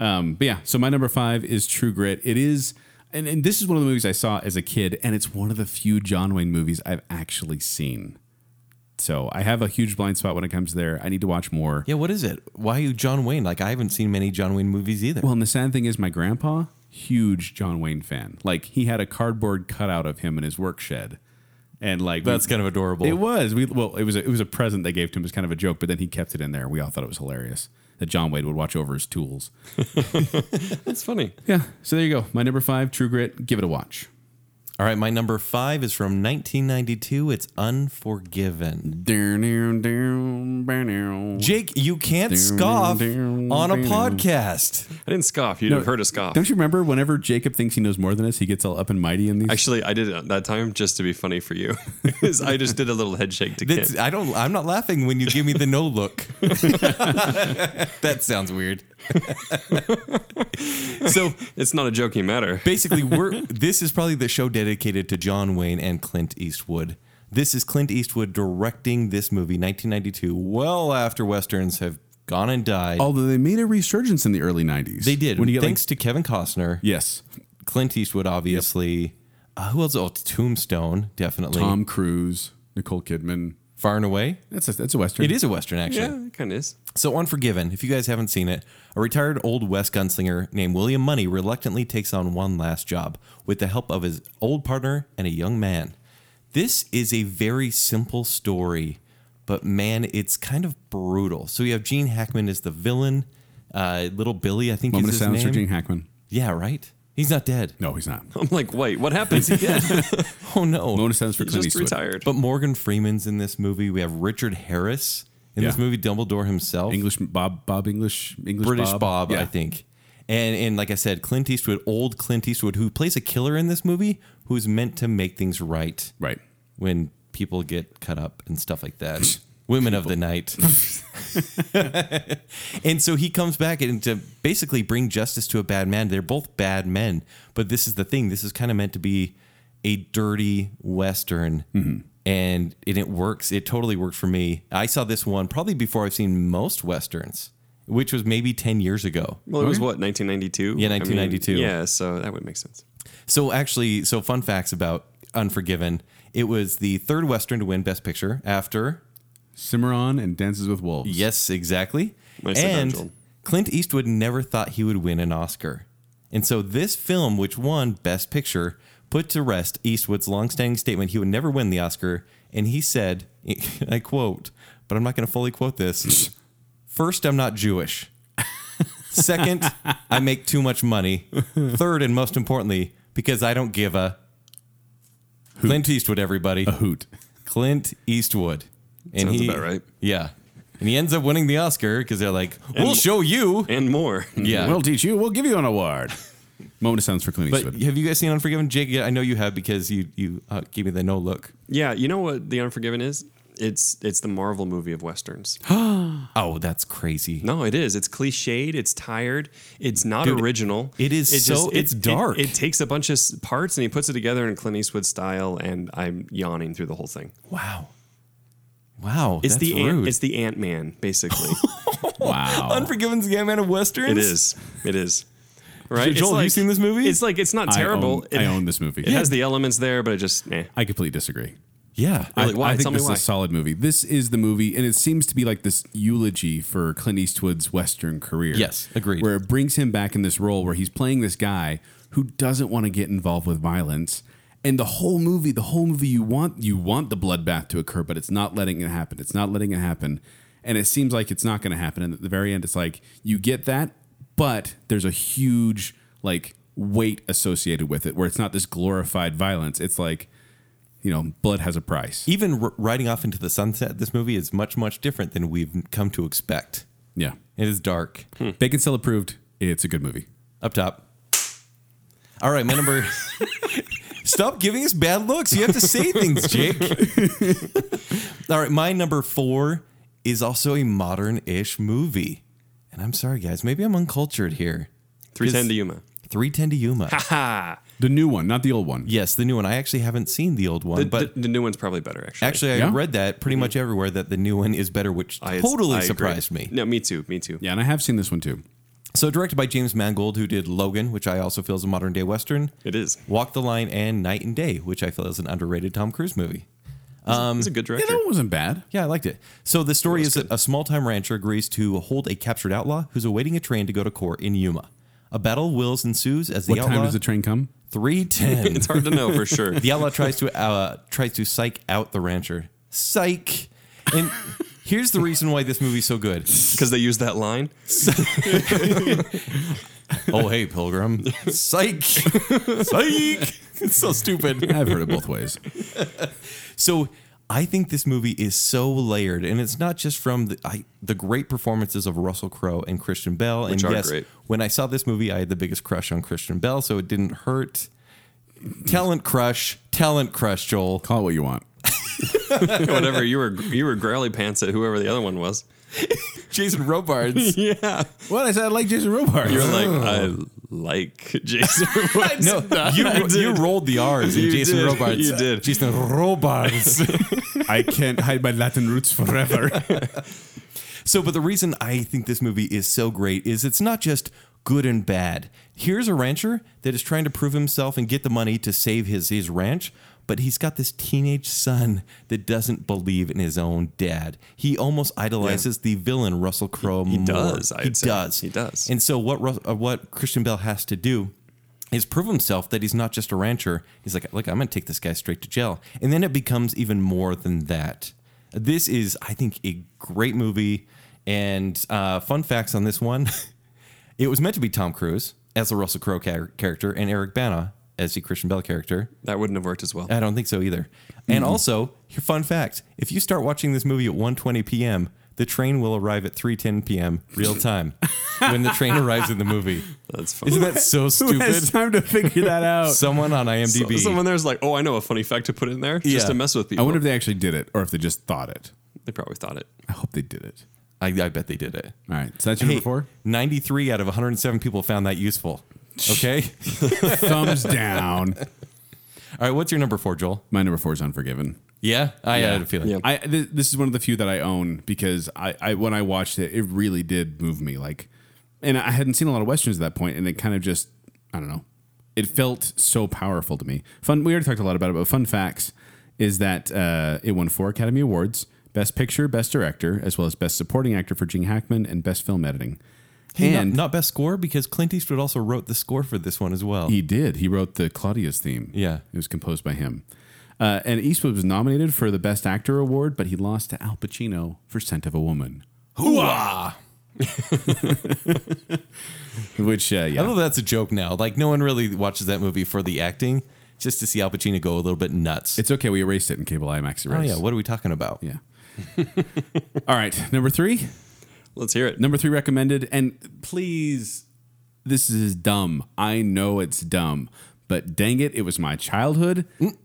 Um, but yeah, so my number five is True Grit. It is, and, and this is one of the movies I saw as a kid, and it's one of the few John Wayne movies I've actually seen. So I have a huge blind spot when it comes there. I need to watch more. Yeah, what is it? Why John Wayne? Like I haven't seen many John Wayne movies either. Well, and the sad thing is, my grandpa, huge John Wayne fan. Like he had a cardboard cutout of him in his work shed, and like we- That's kind of adorable. It was. We well, it was a, it was a present they gave to him as kind of a joke, but then he kept it in there. We all thought it was hilarious that John Wayne would watch over his tools. That's funny. Yeah. So there you go. My number five, True Grit. Give it a watch. All right, my number five is from 1992. It's Unforgiven. Don't Jake, you can't scoff on a podcast. I didn't scoff. You'd have heard a scoff. you remember whenever Jacob thinks he knows more than us, he gets all up and mighty in these? Actually, I did it at that time just to be funny for you. 'Cause I just did a little head shake to That's, Kit. I don't. I'm not laughing when you give me the no look. that sounds weird. so It's not a joking matter. basically, we're this is probably the show dedicated to John Wayne and Clint Eastwood. This is Clint Eastwood directing this movie, 1992, well after westerns have gone and died. although they made a resurgence in the early '90s, they did. Oh, When you get Thanks like, to Kevin Costner, yes, Clint Eastwood, obviously. Uh, who else? Oh, Tombstone, definitely. Tom Cruise, Nicole Kidman. Far and Away. That's a, that's a western. It is a western, actually. Yeah, it kind of is. So, Unforgiven, if you guys haven't seen it, a retired old West gunslinger named William Money reluctantly takes on one last job with the help of his old partner and a young man. This is a very simple story, but man, it's kind of brutal. So, you have Gene Hackman as the villain, uh, little Billy, I think Moment is of his silence name. for Gene Hackman. Yeah, right? He's not dead. No, he's not. I'm like, wait, what happens? He Oh, no. Moment of silence for Clint just Eastwood. retired. But Morgan Freeman's in this movie. We have Richard Harris in this Yeah. movie, Dumbledore himself. English Bob Bob English English British Bob, Bob I think. And and like I said, Clint Eastwood, old Clint Eastwood, who plays a killer in this movie, who's meant to make things right Right. when people get cut up and stuff like that. Women of the night. and so he comes back and to basically bring justice to a bad man. They're both bad men, but this is the thing. This is kind of meant to be a dirty western, and and it works. It totally worked for me. I saw this one probably before I've seen most westerns, which was maybe ten years ago. Well, it was what 1992. Yeah, I mean, 1992. yeah, so that would make sense. So actually, so fun facts about Unforgiven. It was the third western to win Best Picture after Cimarron and Dances with Wolves. Yes, exactly. Nicely done, and Joel. Clint Eastwood never thought he would win an Oscar. And so this film, which won Best Picture, put to rest Eastwood's longstanding statement he would never win the Oscar. And he said, I quote, but I'm not going to fully quote this. First, I'm not Jewish. Second, I make too much money. Third, and most importantly, because I don't give a. Clint Eastwood, everybody. Hoot. Clint Eastwood. And Sounds about right. Yeah. And he ends up winning the Oscar because they're like, we'll show you. And more. Yeah. We'll teach you. We'll give you an award. Moment of silence for Clint but Eastwood. have you guys seen Unforgiven? Jake, I know you have because you, you uh, gave me the no look. Yeah, you know what The Unforgiven is? It's it's the Marvel movie of westerns. Oh, that's crazy. No, it is. It's cliched. It's tired. It's not Dude, original. it is so- it's it- dark. It, takes a bunch of s- parts and he puts it together in Clint Eastwood style. And I'm yawning through the whole thing. Wow. Wow. It's that's the rude. Ant, it's the Ant Man basically. wow. Unforgiven's the Man of Westerns? it is. It is. Right. It's Joel, have you seen this movie? It's like it's not I terrible. own- it, I own this movie. It has the elements there, but it just. Eh. I completely disagree. Yeah. Really? Why? I think Tell me this why. is a solid movie. This is the movie, and it seems to be like this eulogy for Clint Eastwood's Western career. Yes, agreed. Where it brings him back in this role where he's playing this guy who doesn't want to get involved with violence. And the whole movie, the whole movie, you want you want the bloodbath to occur, but it's not letting it happen. It's not letting it happen, and it seems like it's not going to happen. And at the very end, it's like you get that, but there's a huge like weight associated with it, where it's not this glorified violence. It's like you know, blood has a price. Even r- riding off into the sunset, this movie is much, much different than we've come to expect. Yeah. It is dark. Bacon Cell approved. It's a good movie. Up top. All right, my number. Stop giving us bad looks. You have to say things, Jake. All right, my number four is also a modern ish movie. And I'm sorry, guys. Maybe I'm uncultured here. Three ten to Yuma. 310 to Yuma. The new one, not the old one. yes, the new one. I actually haven't seen the old one, The, but the, the new one's probably better actually. actually, I Yeah? read that pretty much everywhere that the new one is better, which I- totally I agree. surprised me. No, me too. Me too. Yeah, and I have seen this one too. So, directed by James Mangold, who did Logan, which I also feel is a modern day Western, It is. Walk the Line, and Night and Day, which I feel is an underrated Tom Cruise movie. Um, He's a good Yeah, director. that one wasn't bad. Yeah, I liked it. So the story is that a small-time rancher agrees to hold a captured outlaw who's awaiting a train to go to court in Yuma. A battle wills ensues as the What outlaw time does the train come? three ten. it's hard to know for sure. the outlaw tries to uh, tries to psych out the rancher. Psych. And here's the reason why this movie's so good. Because they use that line. Oh hey, pilgrim. Psych. Psych. It's so stupid. I've heard it both ways. So I think this movie is so layered, and it's not just from the, I, the great performances of Russell Crowe and Christian Bell. Which and are yes, great. when I saw this movie, I had the biggest crush on Christian Bell, so it didn't hurt. Talent crush, talent crush, Joel. Call it what you want. Whatever you were, you were growly pants at whoever the other one was. Jason Robards. Yeah, Well, I said I like Jason Robards. you're like Oh. I like Jason. no, you, you rolled the R's in You Jason did. Robards. You did. Jason Robards. I can't hide my Latin roots forever. So, but the reason I think this movie is so great is it's not just good and bad. Here's a rancher that is trying to prove himself and get the money to save his his ranch, but he's got this teenage son that doesn't believe in his own dad. He almost idolizes the villain Russell Crowe. He, does, I'd he say. does. He does. And so what Rus- uh, what Christian Bell has to do is prove himself that he's not just a rancher. He's like, look, I'm going to take this guy straight to jail. And then it becomes even more than that. This is, I think, a great movie. And uh, fun facts on this one it was meant to be Tom Cruise as the Russell Crowe char- character and Eric Bana as the Christian Bell character. That wouldn't have worked as well. I don't think so either. And also, here- fun fact if you start watching this movie at 1:20 p.m., The train will arrive at 3:10 p.m. real time when the train arrives in the movie. That's funny. Isn't that so Who has stupid? time to figure that out? Someone on IMDb. Someone there's like, oh, I know a funny fact to put in there Yeah. just to mess with I people. wonder if they actually did it or if they just thought it. they probably thought it. I hope they did it. I, I bet they did it. All right. So that's your Hey, number four? 93 out of 107 people found that useful. Okay. Thumbs down. All right. What's your number four, Joel? My number four is Unforgiven. Yeah. I had a feeling. Yeah. I th- this is one of the few that I own because I, I when I watched it, it really did move me. Like, and I hadn't seen a lot of westerns at that point, and it kind of just I don't know. It felt so powerful to me. Fun. We already talked a lot about it, but fun facts is that uh, it won four Academy Awards: Best Picture, Best Director, as well as Best Supporting Actor for Gene Hackman and Best Film Editing. Hey, not- and not, best score because Clint Eastwood also wrote the score for this one as well. He did. He wrote the Claudius theme. Yeah. It was composed by him. Uh, and Eastwood was nominated for the Best Actor award, but he lost to Al Pacino for Scent of a Woman. Hooah! Which, uh, I yeah. don't know if that's a joke now. Like, no one really watches that movie for the acting, just to see Al Pacino go a little bit nuts. It's okay. We erased it in Cable IMAX oh, Erase. yeah. What are we talking about? Yeah. All right. Number three. Let's hear it. Number three recommended. And please, this is dumb. I know it's dumb, but dang it, it was my childhood. It was,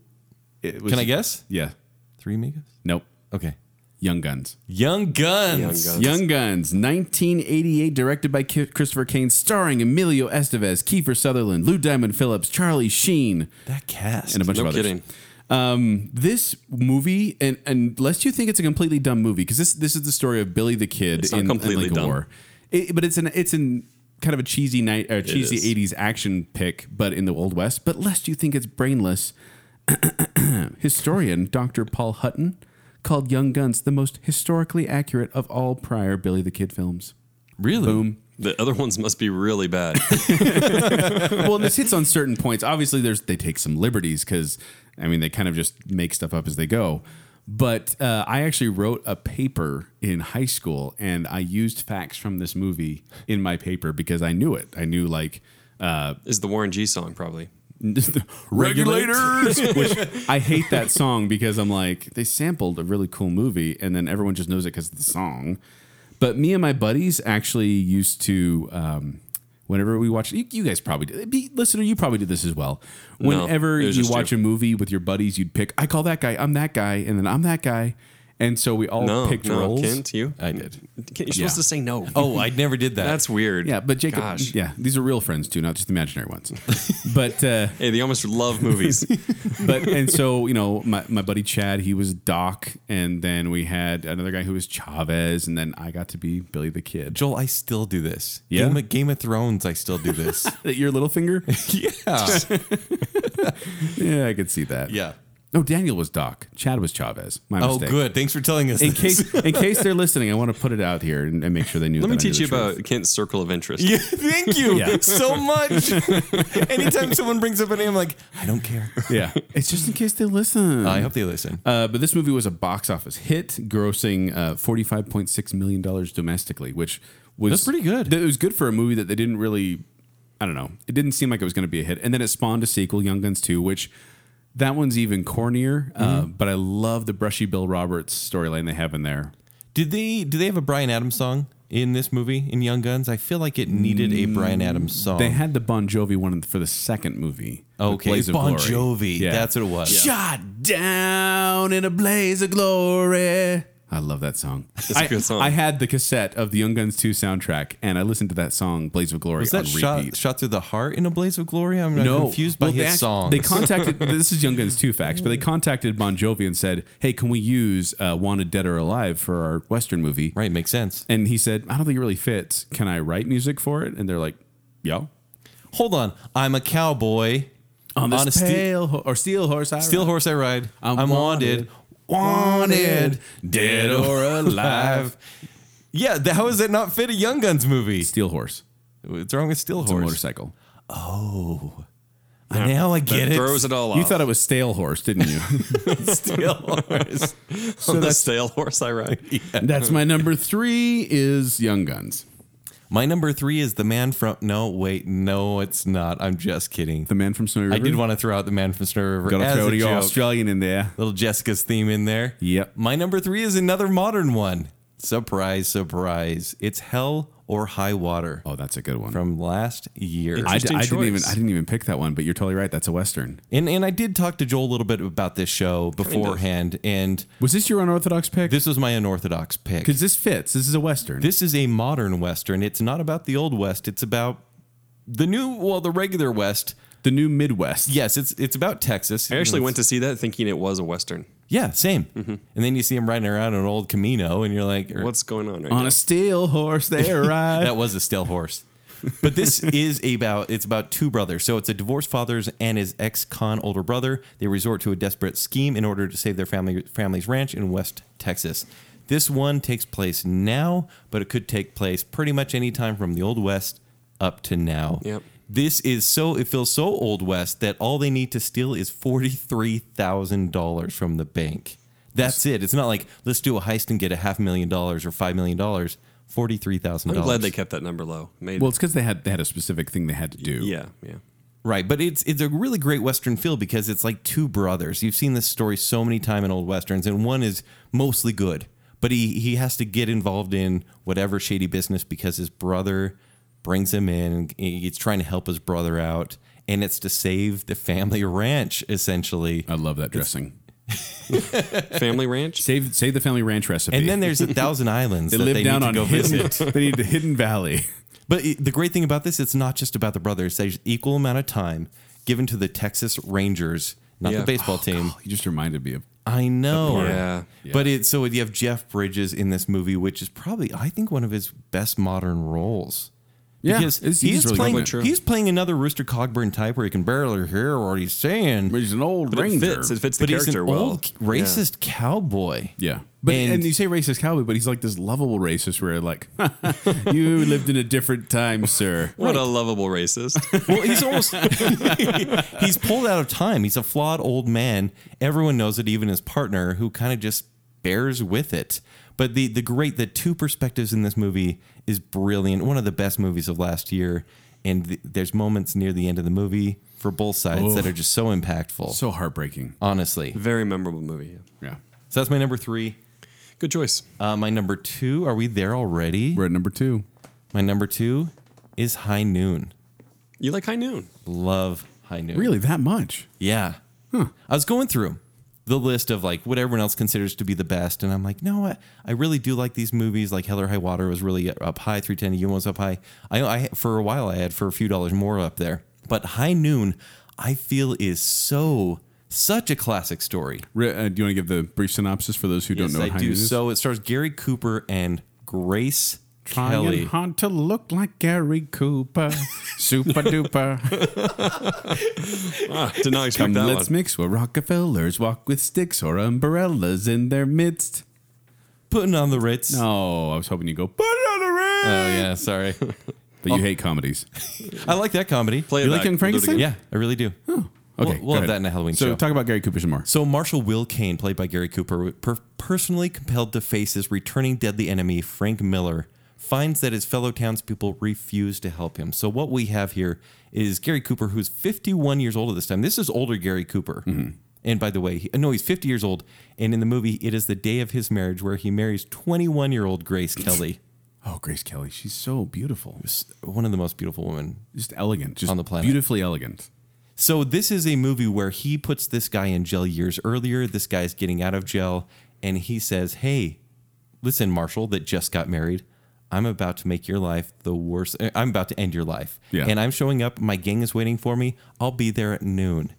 Mm. Can I guess? Yeah. Three Amigos? Nope. Okay. Young Guns. Young Guns. Young Guns. Young Guns, 1988, directed by Ki- Christopher Kane, starring Emilio Estevez, Kiefer Sutherland, Lou Diamond Phillips, Charlie Sheen, That cast. and a bunch No of others. kidding. Um, this movie, and, and lest you think it's a completely dumb movie, because this this is the story of Billy the Kid It's not in, in completely Like a dumb. War. It, but it's an it's an kind of a cheesy night, uh, cheesy is. 80s action pick, but in the old west. But lest you think it's brainless, historian Dr. Paul Hutton called Young Guns the most historically accurate of all prior Billy the Kid films. really? Boom. The other ones must be really bad. well, this hits on certain points. Obviously, there's they take some liberties because I mean they kind of just make stuff up as they go. But uh, I actually wrote a paper in high school, and I used facts from this movie in my paper because I knew it. I knew like Is the Warren G song probably? regulators. which I hate that song because I'm like they sampled a really cool movie, and then everyone just knows it because of the song. But me and my buddies actually used to. Um, Whenever we watch, you, you guys probably did. Be, listener, you probably did this as well. Whenever it was you just watch you. a movie with your buddies, you'd pick. I call that guy. I'm that guy, and then I'm that guy, and so we all No, picked no, roles. Kent, you. I did. Kent, You're supposed Yeah. to say no. Oh, I never did that. that's weird. Yeah, but Jacob. Gosh. Yeah, these are real friends too, not just imaginary ones. but uh, Hey, they almost love movies. but and so you know my, my buddy chad he was doc and then we had another guy who was chavez and then i got to be billy the kid Joel, I still do this. Yeah? Game of, Game of Thrones, I still do this. your little finger yeah. yeah i could see that yeah. no daniel was doc chad was chavez my Oh, mistake good. Thanks for telling us. in this. case in case they're listening i want to put it out here and, and make sure they knew Let me that I knew teach the you truth. about Kent's circle of interest. Yeah, thank you Yeah. so much. Anytime someone brings up a name, I'm like, I don't care. yeah it's just in case they listen I hope they listen. Uh, but this movie was a box office hit, grossing uh, forty-five point six million dollars domestically, which was That's pretty good. That it was good for a movie that they didn't really. I don't know. It didn't seem like it was going to be a hit, and then it spawned a sequel, Young Guns Two, which that one's even cornier. Mm-hmm. Uh, but I love the brushy Bill Roberts storyline they have in there. Did they do they have a Brian Adams song in this movie in Young Guns? I feel like it needed a Brian Adams song. Mm, They had the Bon Jovi one for the second movie. the Um, Okay, Blaze of Bon Glory. Jovi. That's what it was. Shot down in a blaze of glory. I love that song. It's a good song. I had the cassette of the Young Guns 2 soundtrack, and I listened to that song, Blaze of Glory, was that on shot, repeat. shot through the heart in a blaze of glory? I'm I'm no, confused by Well, his they act- song. They contacted. this is Young Guns 2 facts, but they contacted Bon Jovi and said, "Hey, can we use uh, "Wanted Dead or Alive" for our Western movie?" right, makes sense. And he said, "I don't think it really fits. Can I write music for it?" And they're like, "Yeah." Hold on, I'm a cowboy On this a ste- pale ho- or steel horse, I steel horse I ride. I'm I'm, wanted. wanted, dead or alive. Yeah, th- how does that not fit a Young Guns movie? steel horse. What's wrong with steel It's a horse? motorcycle. Now I get it. Throws it all off. You thought it was stale horse, didn't you? steel horse. so the stale horse I ride. That's my number three is Young Guns. My number three is the man from. No, wait, no, it's not. I'm just kidding. The man from Snowy River. I did want to throw out the man from Snow River. Gotta as throw a the joke. Australian in there. Little Jessica's theme in there. Yep. My number three is another modern one. Surprise, surprise. It's Hell or High Water Oh, that's a good one. from last year. I, Interesting I didn't even choice. I didn't even pick that one, but you're totally right. That's a western. And and I did talk to Joel a little bit about this show beforehand, and Was this your unorthodox pick? this was my unorthodox pick. Because this fits. This is a western. This is a modern western. It's not about the old west. It's about the new, well, the regular west. the new Midwest. Yes, it's it's about Texas. I actually went to see that thinking it was a western. Yeah, same. And then you see him riding around an old Camino, and you're like, or- What's going on right On now? a steel horse, they ride. that was a stale horse. But this is about it's about two brothers. So it's a divorced father's and his ex-con older brother. They resort to a desperate scheme in order to save their family family's ranch in West Texas. This one takes place now, but it could take place pretty much any time from the old west up to now. Yep. This is so it feels so old west that all they need to steal is $43,000 from the bank. That's it. It's not like let's do a heist and get a half million dollars or 5 million dollars. $43,000. I'm glad they kept that number low. Made, well, it's because they had they had a specific thing they had to do. yeah, yeah. Right, but it's it's a really great western feel because it's like two brothers. You've seen this story so many time in old westerns, and one is mostly good, but he he has to get involved in whatever shady business because his brother brings him in, and he's trying to help his brother out, and it's to save the family ranch essentially. I love that dressing. Family ranch. Save save the family ranch recipe. And then there's a thousand islands they that live they down need to go on hidden, visit. they need the hidden valley. But it- the great thing about this, it's not just about the brothers. There's equal amount of time given to the Texas Rangers, not Yeah. the baseball team. You just reminded me of I know. Yeah. But it so you have Jeff Bridges in this movie, which is probably I think one of his best modern roles. Yeah, because it's- he's he's really playing good. True. he's playing another Rooster Cogburn type where you can barely hear what he's saying. But he's an old But it ranger. fits. It fits the but he's an character well. old racist cowboy. yeah. But and, And- you say racist cowboy, but he's like this lovable racist where like you lived in a different time, sir. What a lovable racist. Well, he's almost he's pulled out of time. He's a flawed old man. Everyone knows it, even his partner, who kind of just bears with it. But the the great the two perspectives in this movie is brilliant. One of the best movies of last year, and th- there's moments near the end of the movie for both sides that are just so impactful. So heartbreaking. honestly, Very memorable movie. Yeah. Yeah. so that's my number three. Good choice. Uh, my number two, are we there already? We're at number two. My number two is High Noon. You like High Noon? Love High Noon. Really, that much? Yeah. I was going through the list of like what everyone else considers to be the best, and I'm like, no, I, I really do like these movies. Like Hell or High Water was really up high, 310 to Yuma was up high. I, I for a while I had for a few dollars more up there, but High Noon, I feel is so such a classic story. Re- uh, do you want to give the brief synopsis for those who don't know I what do. Heinlein is? So it stars Gary Cooper and Grace Kelly. hard to look like Gary Cooper, super duper. Ah, did not expect Come, that let's one. mix where Rockefellers walk with sticks or umbrellas in their midst. Putting on the Ritz. Oh, I was hoping you go put it on a ring. Oh yeah, sorry. Oh. But you hate comedies. I like that comedy. Play it You back. like We'll Young do it Frankenstein? again. Yeah, I really do. Okay, We'll- we'll go have ahead. that in a Halloween So show. talk about Gary Cooper some more. So Marshal Will Kane, played by Gary Cooper, per- personally compelled to face his returning deadly enemy Frank Miller, finds that his fellow townspeople refuse to help him. So what we have here is Gary Cooper, who's 51 years old at this time. This is older Gary Cooper. And by the way, he, no, he's 50 years old. And in the movie, it is the day of his marriage where he marries 21 year old Grace Kelly, Oh, Grace Kelly, she's so beautiful, just, one of the most beautiful women just elegant, just On the planet. beautifully elegant. So this is a movie where he puts this guy in jail years earlier. This guy's getting out of jail, and he says, "Hey, listen, Marshall, that just got married. I'm about to make your life the worst. uh, I'm about to end your life. Yeah. And I'm showing up. My gang is waiting for me. I'll be there at noon.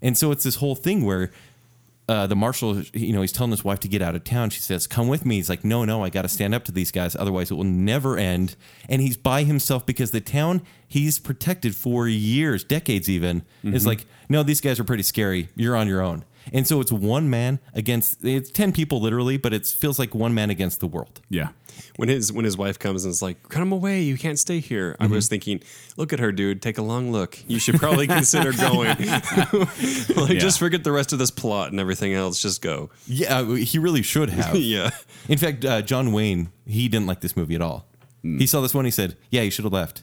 And so it's this whole thing where." Uh, the marshal, you know, he's telling his wife to get out of town. She says, "Come with me." He's like, "No, no, I got to stand up to these guys, otherwise it will never end." And he's by himself because the town he's protected for years, decades even, is like, "No, these guys are pretty scary. You're on your own." And so it's one man against it's ten people literally, but it feels like one man against the world. Yeah, When his when his wife comes and is like, "Come away, you can't stay here." I Mm-hmm. was thinking, "Look at her, dude. Take a long look. You should probably consider going. like, just forget the rest of this plot and everything else. Just go." Yeah, he really should have. yeah. In fact, uh, John Wayne, he didn't like this movie at all. Hmm. He saw this one, he said, Yeah, you should have left.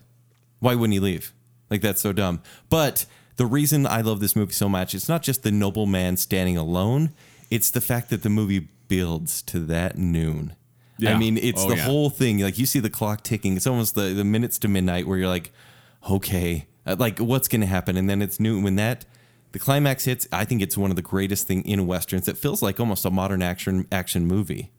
Why wouldn't he leave? Like, that's so dumb. But the reason I love this movie so much, it's not just the noble man standing alone, it's the fact that the movie builds to that noon. Yeah. I mean, it's Oh, the yeah. whole thing. Like you see the clock ticking. It's almost the, the minutes to midnight where you're like, okay, uh, like what's going to happen? And then it's new. When that the climax hits, I think it's one of the greatest thing in westerns. It feels like almost a modern action action movie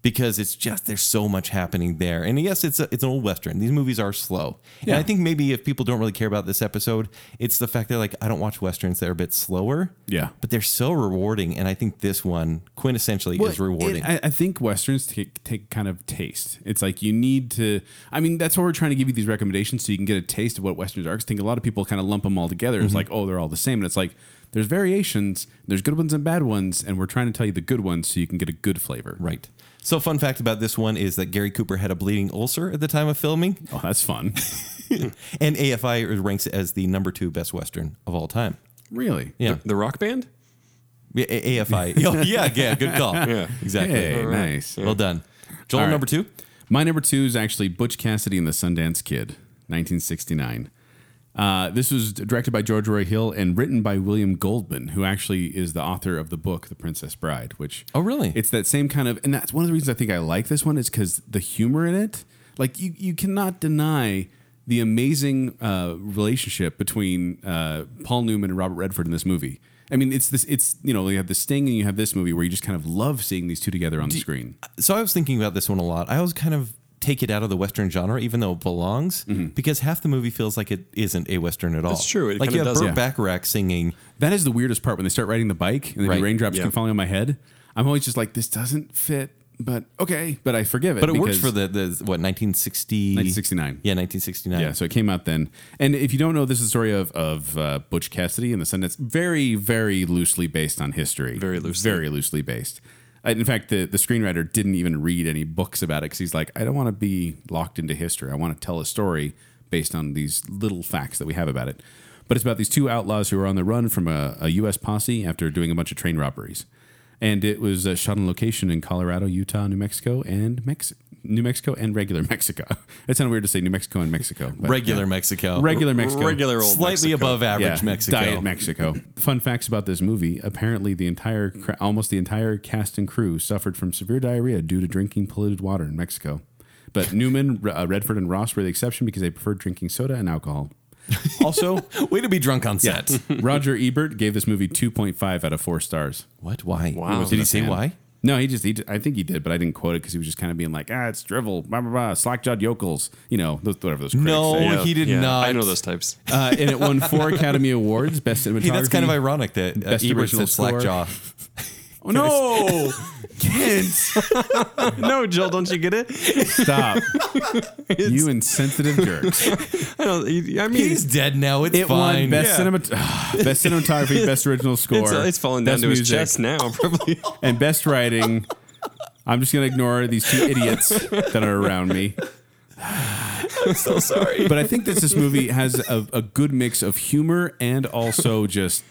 because it's just there's so much happening there. And yes, it's a, it's an old western. These movies are slow. Yeah. And I think maybe if people don't really care about this episode, it's the fact that like I don't watch westerns. They're a bit slower. Yeah. but they're so rewarding. And I think this one quintessentially Well, is rewarding. it- I, I think westerns take, take kind of taste. It's like you need to. I mean, that's why we're trying to give you these recommendations so you can get a taste of what westerns are. 'Cause I think a lot of people kind of lump them all together. Mm-hmm. It's like, oh, they're all the same, and it's like there's variations. There's good ones and bad ones, and we're trying to tell you the good ones so you can get a good flavor. Right. So, fun fact about this one is that Gary Cooper had a bleeding ulcer at the time of filming, Oh, that's fun. and AFI ranks it as the number two best Western of all time. really? Yeah. The, the rock band? Yeah, A- AFI. Oh, yeah, yeah, good call. Yeah, exactly. Hey, nice. Well done. Joel, All right. number two. My number two is actually Butch Cassidy and the Sundance Kid, 1969. Uh, this was directed by George Roy Hill and written by William Goldman, who actually is the author of the book The Princess Bride. Which Oh, really? It's that same kind of, and that's one of the reasons I think I like this one is because the humor in it. Like you, you cannot deny the amazing uh, relationship between uh, Paul Newman and Robert Redford in this movie. I mean, it's this. It's you know, you have the Sting and you have this movie where you just kind of love seeing these two together on the screen. So, I was thinking about this one a lot. I always kind of take it out of the Western genre, even though it belongs, because half the movie feels like it isn't a Western at all. That's true. It like you kinda have does- Burt Yeah. Bacharach singing. That is the weirdest part when they start riding the bike and then Right. the raindrops Yeah. keep falling on my head. I'm always just like, this doesn't fit, but okay, but I forgive it. But it works because- for the, the what, 1960? 1969. Yeah, 1969. Yeah, so it came out then. And if you don't know, this is the story of of uh, Butch Cassidy and the Sundance. Very, very loosely based on history. Very loosely. Very loosely based. Uh, In fact, the, the screenwriter didn't even read any books about it because he's like, I don't want to be locked into history. I want to tell a story based on these little facts that we have about it. But it's about these two outlaws who are on the run from a, a U.S. posse after doing a bunch of train robberies. And it was uh, shot on location in Colorado, Utah, New Mexico, and Mex- New Mexico and regular Mexico. it sounded weird to say New Mexico and Mexico. but- Regular Mexico. Regular Mexico. Regular old Slightly Mexico. above average Mexico. Diet Mexico. Fun facts about this movie: apparently, the entire, cra- almost the entire cast and crew suffered from severe diarrhea due to drinking polluted water in Mexico. But Newman, R- uh, Redford, and Ross were the exception because they preferred drinking soda and alcohol. Also, Way to be drunk on set. Roger Ebert gave this movie 2.5 out of four stars. What? Why? Wow. Did he say Man. why? No, he just, he, I think he did, but I didn't quote it because he was just kind of being like, ah, it's drivel, blah, blah, blah, slack jawed yokels, you know, those, whatever those critics No, say. Oh, he did not. I know those types. Uh, and it won four Academy Awards, Best Cinematography. Hey, that's kind of ironic that uh, Best Ebert original said slack score. jaw. Oh, no, no, Joel, don't you get it? stop. you insensitive jerks. I, don't, I mean, He's dead now. It's It fine. won best, Yeah. cinemat- best cinematography, best original score. it's, it's falling down best to his music, chest now, probably. And best writing. I'm just going to ignore these two idiots that are around me. so sorry. But I think that this movie has a, a good mix of humor and also just,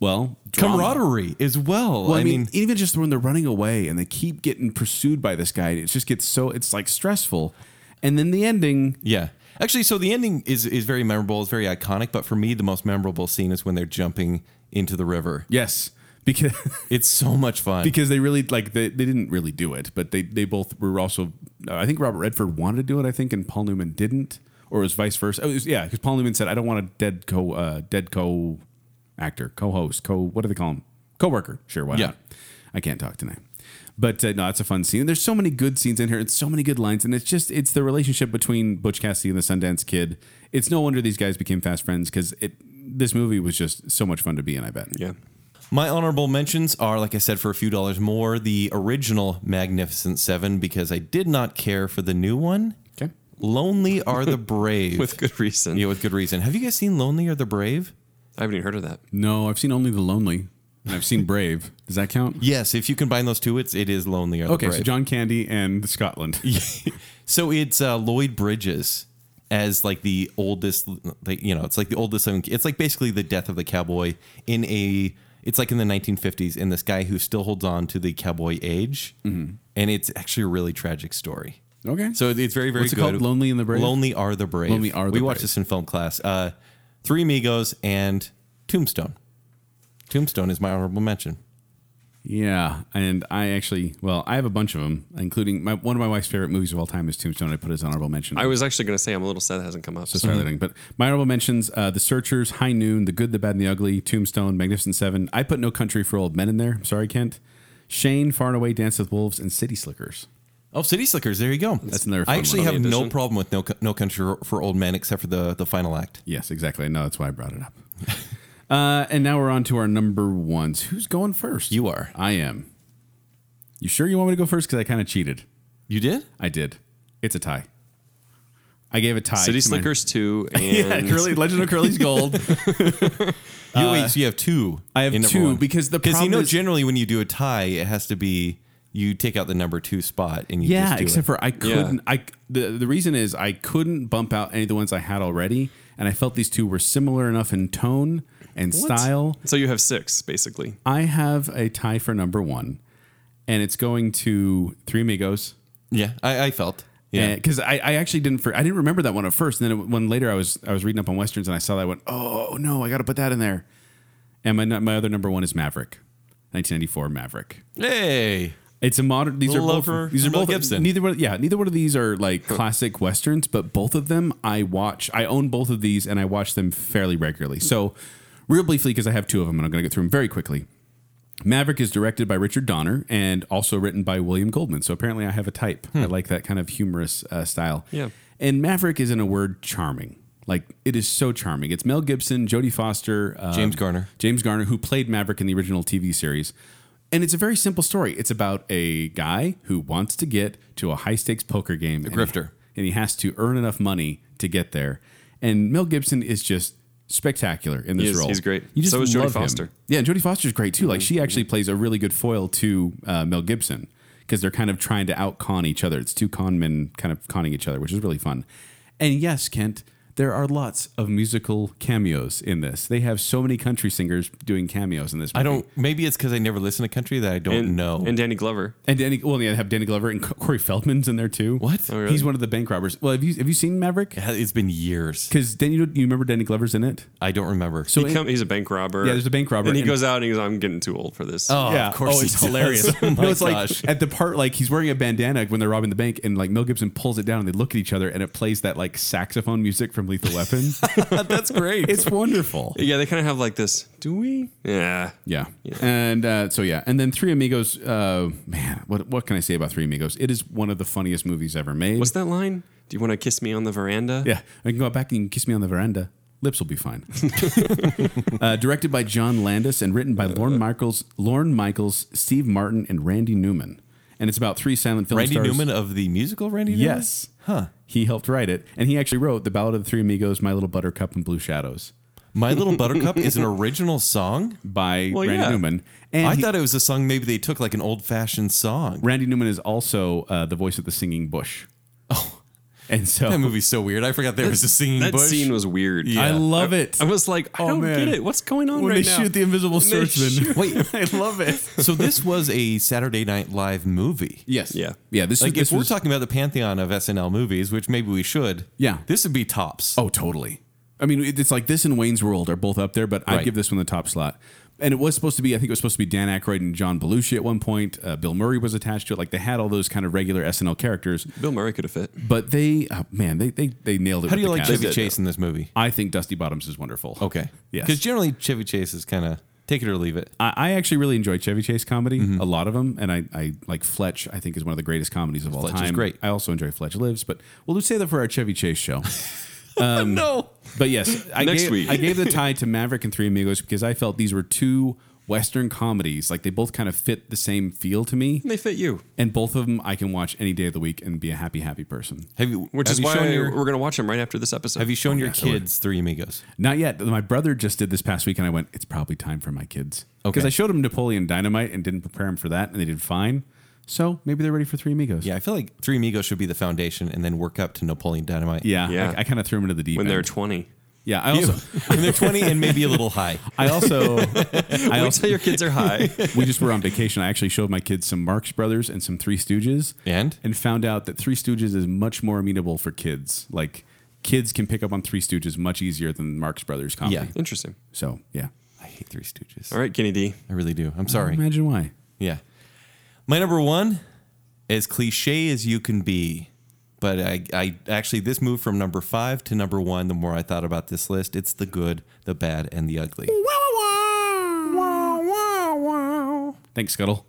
well, drama. Camaraderie as well. Well, I mean, even just when they're running away and they keep getting pursued by this guy, it just gets so, it's like stressful. And then the ending, yeah. Actually, so the ending is is very memorable. It's very iconic. But for me, the most memorable scene is when they're jumping into the river. yes, because. It's so much fun. because they really like they, they didn't really do it but they they both were also uh, i think robert redford wanted to do it i think and paul newman didn't or it was vice versa oh, it was, yeah because paul newman said i don't want a dead co uh, dead co actor co-host co what do they call him co-worker sure why Yeah. not i can't talk tonight but uh, no, it's a fun scene. There's so many good scenes in here, and so many good lines, and it's just it's the relationship between Butch Cassidy and the Sundance Kid. It's no wonder these guys became fast friends because it this movie was just so much fun to be in. I bet. yeah. My honorable mentions are, like I said, for a few dollars more, the original Magnificent Seven because I did not care for the new one. Okay. Lonely Are the Brave. With good reason. yeah, with good reason. Have you guys seen Lonely Are the Brave? I haven't even heard of that. Mm. No, I've seen only The Lonely, and I've seen Brave. Does that count? Yes, if you combine those two, it's it is Lonely Are the Okay, Brave. so John Candy and Scotland. So it's uh, Lloyd Bridges as like the oldest, like, you know, it's like the oldest. It's like basically the death of the cowboy in a. It's like in the 1950s, and this guy who still holds on to the cowboy age, Mm-hmm. and it's actually a really tragic story. Okay. So it's very, very What's it good. called? Lonely and the Brave? Lonely are the brave. Lonely Are the We watched Brave. this in film class. Uh, Three Amigos and Tombstone. Tombstone is my honorable mention. Yeah, and I actually, well, I have a bunch of them, including my, one of my wife's favorite movies of all time is Tombstone. I put as honorable mention. I was actually going to say I'm a little sad that hasn't come up. so sorry, Lightning, but my honorable mentions: uh, The Searchers, High Noon, The Good, the Bad, and the Ugly, Tombstone, Magnificent Seven. I put No Country for Old Men in there. I'm sorry, Kent. Shane, Far and Away, Dance with Wolves, and City Slickers. Oh, City Slickers. There you go. That's another I fun actually one. have no Edition. problem with no Cou- no country for old men except for the the final act. Yes, exactly. No, that's why I brought it up. uh, and now we're on to our number ones. Who's going first? You are. I am. You sure you want me to go first? Because I kind of cheated. You did? I did. It's a tie. I gave a tie. City to mine. Slickers two and Yeah, Curly, Legend of Curly's Gold. You wait, so you have two. Uh, I have in number two, one. because the you problem know is- generally when you do a tie, it has to be you take out the number two spot and you yeah, just do except it. for I couldn't. I the the reason is I couldn't bump out any of the ones I had already, and I felt these two were similar enough in tone and style. So you have six basically. I have a tie for number one, and it's going to Three Amigos. yeah, I, I felt yeah. because I, I actually didn't for, I didn't remember that one at first, and then it, when later I was I was reading up on westerns and I saw that I went oh no I got to put that in there, and my nu- my other number one is Maverick, 1994 Maverick. hey, It's a modern. These Little are love both. for these are Mel both. Gibson. Neither one. Yeah, neither one of these are like classic westerns, but both of them I watch. I own both of these, and I watch them fairly regularly. So, real briefly, because I have two of them, and I'm going to get through them very quickly. Maverick is directed by Richard Donner and also written by William Goldman. So apparently, I have a type. Hmm. I like that kind of humorous uh, style. Yeah. And Maverick is, in a word, charming. Like it is so charming. It's Mel Gibson, Jodie Foster, uh, James Garner. James Garner, who played Maverick in the original TV series. And it's a very simple story. It's about a guy who wants to get to a high stakes poker game. A grifter. And he has to earn enough money to get there. And Mel Gibson is just spectacular in this is- role. he's great. You just So is Jodie love him. Foster. Yeah, and Jodie Foster's great too. Mm-hmm. Like she actually plays a really good foil to uh, Mel Gibson because they're kind of trying to out con each other. It's two con men kind of conning each other, which is really fun. And yes, Kent, there are lots of musical cameos in this. They have so many country singers doing cameos in this. Movie. I don't. Maybe it's because I never listen to country that I don't And know. and Danny Glover. And Danny, well, yeah, they have Danny Glover and Corey Feldman's in there too. What? Oh, really? He's one of the bank robbers. Well, have you have you seen Maverick? it's been years. Because then you you remember Danny Glover's in it. I don't remember. So He in- come, he's a bank robber. Yeah, there's a bank robber, And he and- goes out and he goes, I'm getting too old for this. Oh, yeah, of course oh, he it's does. hilarious. Oh my no, it's gosh. like at the part like he's wearing a bandana when they're robbing the bank, and like Mel Gibson pulls it down, and they look at each other, and it plays that like saxophone music from Lethal Weapon. that's great. it's wonderful. Yeah, they kind of have like this. Do we? Yeah. Yeah. And uh, so yeah, and then Three Amigos. Uh, man, what what can I say about Three Amigos? It is one of the funniest movies ever made. What's that line? Do you want to kiss me on the veranda? yeah, I can go out back and you can kiss me on the veranda. Lips will be fine. uh, directed by John Landis and written by Uh. Lorne Michaels, Lorne Michaels, Steve Martin, and Randy Newman. And it's about three silent film Randy stars. Newman of the musical Randy Newman. Yes. Huh. He helped write it, and he actually wrote "The Ballad of the Three Amigos," "My Little Buttercup," and "Blue Shadows" My Little Buttercup is an original song. by Well, Randy yeah. Newman. And I he- thought it was a song maybe they took like an old fashioned song. Randy Newman is also uh, the voice of the singing bush. Oh, and so That movie's so weird. I forgot there was a singing That bush. scene was weird. Yeah. I love it. I was like, I Oh, don't man. get it. What's going on when right they now? shoot the invisible When they swordsman. shoot- Wait, I love it. so this was a Saturday Night Live movie. Yes. Yeah. Yeah. This Like this if we're was- talking about the pantheon of SNL movies, which maybe we should. Yeah. This would be tops. Oh, totally. I mean, it- it's like this and Wayne's World are both up there, but I Right. give this one the top slot. And it was supposed to be, I think it was supposed to be Dan Aykroyd and John Belushi at one point. Uh, Bill Murray was attached to it. Like they had all those kind of regular SNL characters, Bill Murray could have fit. but they, oh, man, they they they nailed it. How do with you the like cast. Chevy Chase in this movie? I think Dusty Bottoms is wonderful. Okay. Uh, Yes. Because generally Chevy Chase is kind of take it or leave it. I, I actually really enjoy Chevy Chase comedy, Mm-hmm. a lot of them, and I, I like Fletch. I think is one of the greatest comedies of all Fletch is time. great. I also enjoy Fletch Lives, but we'll say that for our Chevy Chase show. no. But yes, I Next gave, week. I gave the tie to Maverick and Three Amigos because I felt these were two Western comedies. Like they both kind of fit the same feel to me, And they fit you. and both of them I can watch any day of the week and be a happy, happy person. Have you Which have is you why shown your, we're going to watch him right after this episode. have you shown your yes, I would. kids Three Amigos? Not yet. My brother just did this past week, and I went, "It's probably time for my kids." Because Okay. I showed them Napoleon Dynamite and didn't prepare them for that, and they did fine. So maybe they're ready for Three Amigos. Yeah, I feel like Three Amigos should be the foundation and then work up to Napoleon Dynamite. Yeah, Yeah. I, I kind of threw him into the deep when end. they're 20? yeah, I also, when they're 20 and maybe a little high. I also, I Wait also, till your kids are high. we just were on vacation. I actually showed my kids some Marx Brothers and some Three Stooges, And? and found out that Three Stooges is much more amenable for kids. Like kids can pick up on Three Stooges much easier than Marx Brothers comedy. Yeah. Interesting. So yeah, I hate Three Stooges. All right, Kenny D. I really do. I'm sorry. imagine why. Yeah. My number one, as cliche as you can be, but I, I actually, this moved from number five to number one the more I thought about this list. It's the good, the bad, and the ugly. Thanks, Scuttle.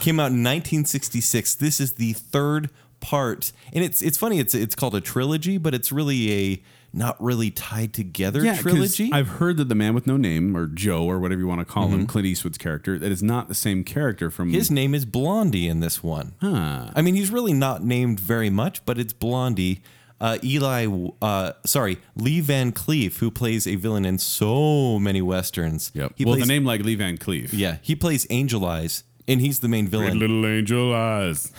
Came out in 1966. This is the third part. And it's it's funny, it's it's called a trilogy, but it's really a not really tied together 'cause trilogy. I've heard that the man with no name, or Joe, or whatever you want to call him, Clint Eastwood's character, that is not the same character from His name is Blondie in this one. I mean, he's really not named very much, but it's Blondie. Uh, Eli, uh, sorry, Lee Van Cleef, who plays a villain in so many westerns. Yep. He well, plays, the name like Lee Van Cleef. Yeah, he plays Angel Eyes, and he's the main villain. Little angel eyes.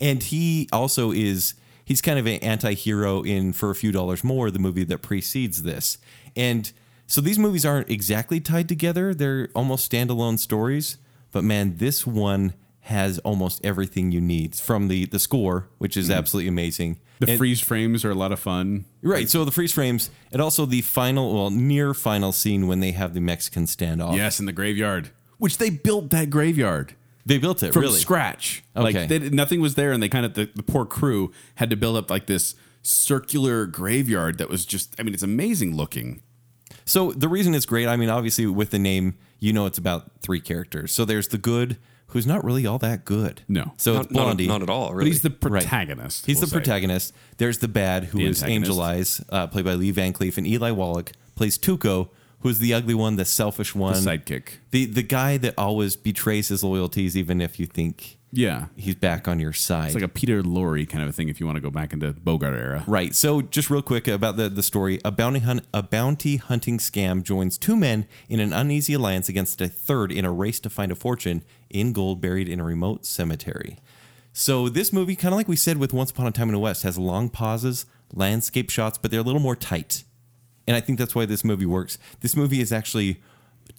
And he also is he's kind of an anti-hero in For a Few Dollars More, the movie that precedes this. And so these movies aren't exactly tied together. They're almost standalone stories, but man, this one has almost everything you need from the the score, which is absolutely amazing. Mm-hmm. The And- freeze frames are a lot of fun. right, so the freeze frames and also the final well, near final scene when they have the Mexican standoff. Yes, in the graveyard, which they built that graveyard They built it from really. scratch. Okay. Like they, did- nothing was there, and they kind of the, the poor crew had to build up like this circular graveyard that was just. I mean, it's amazing looking. So the reason it's great, I mean, obviously with the name, you know it's about three characters. So there's the good, who's not really all that good. No. So it's Not, not, Blondie. not at all, But really. he's the protagonist. He's we'll the say. protagonist. There's the bad, who The is antagonist. Angel Eyes, uh, played by Lee Van Cleef, and Eli Wallach plays Tuco, who's the ugly one, the selfish one, sidekick. the the guy that always betrays his loyalties, even if you think Yeah, he's back on your side. it's like a Peter Lorre kind of a thing. If you want to go back into Bogart era, Right. So, just real quick about the, the story a bounty, hunt, a bounty hunting scam joins two men in an uneasy alliance against a third in a race to find a fortune in gold buried in a remote cemetery. So, this movie, kind of like we said with Once Upon a Time in the West, has long pauses, landscape shots, but they're a little more tight. And I think that's why this movie works. This movie is actually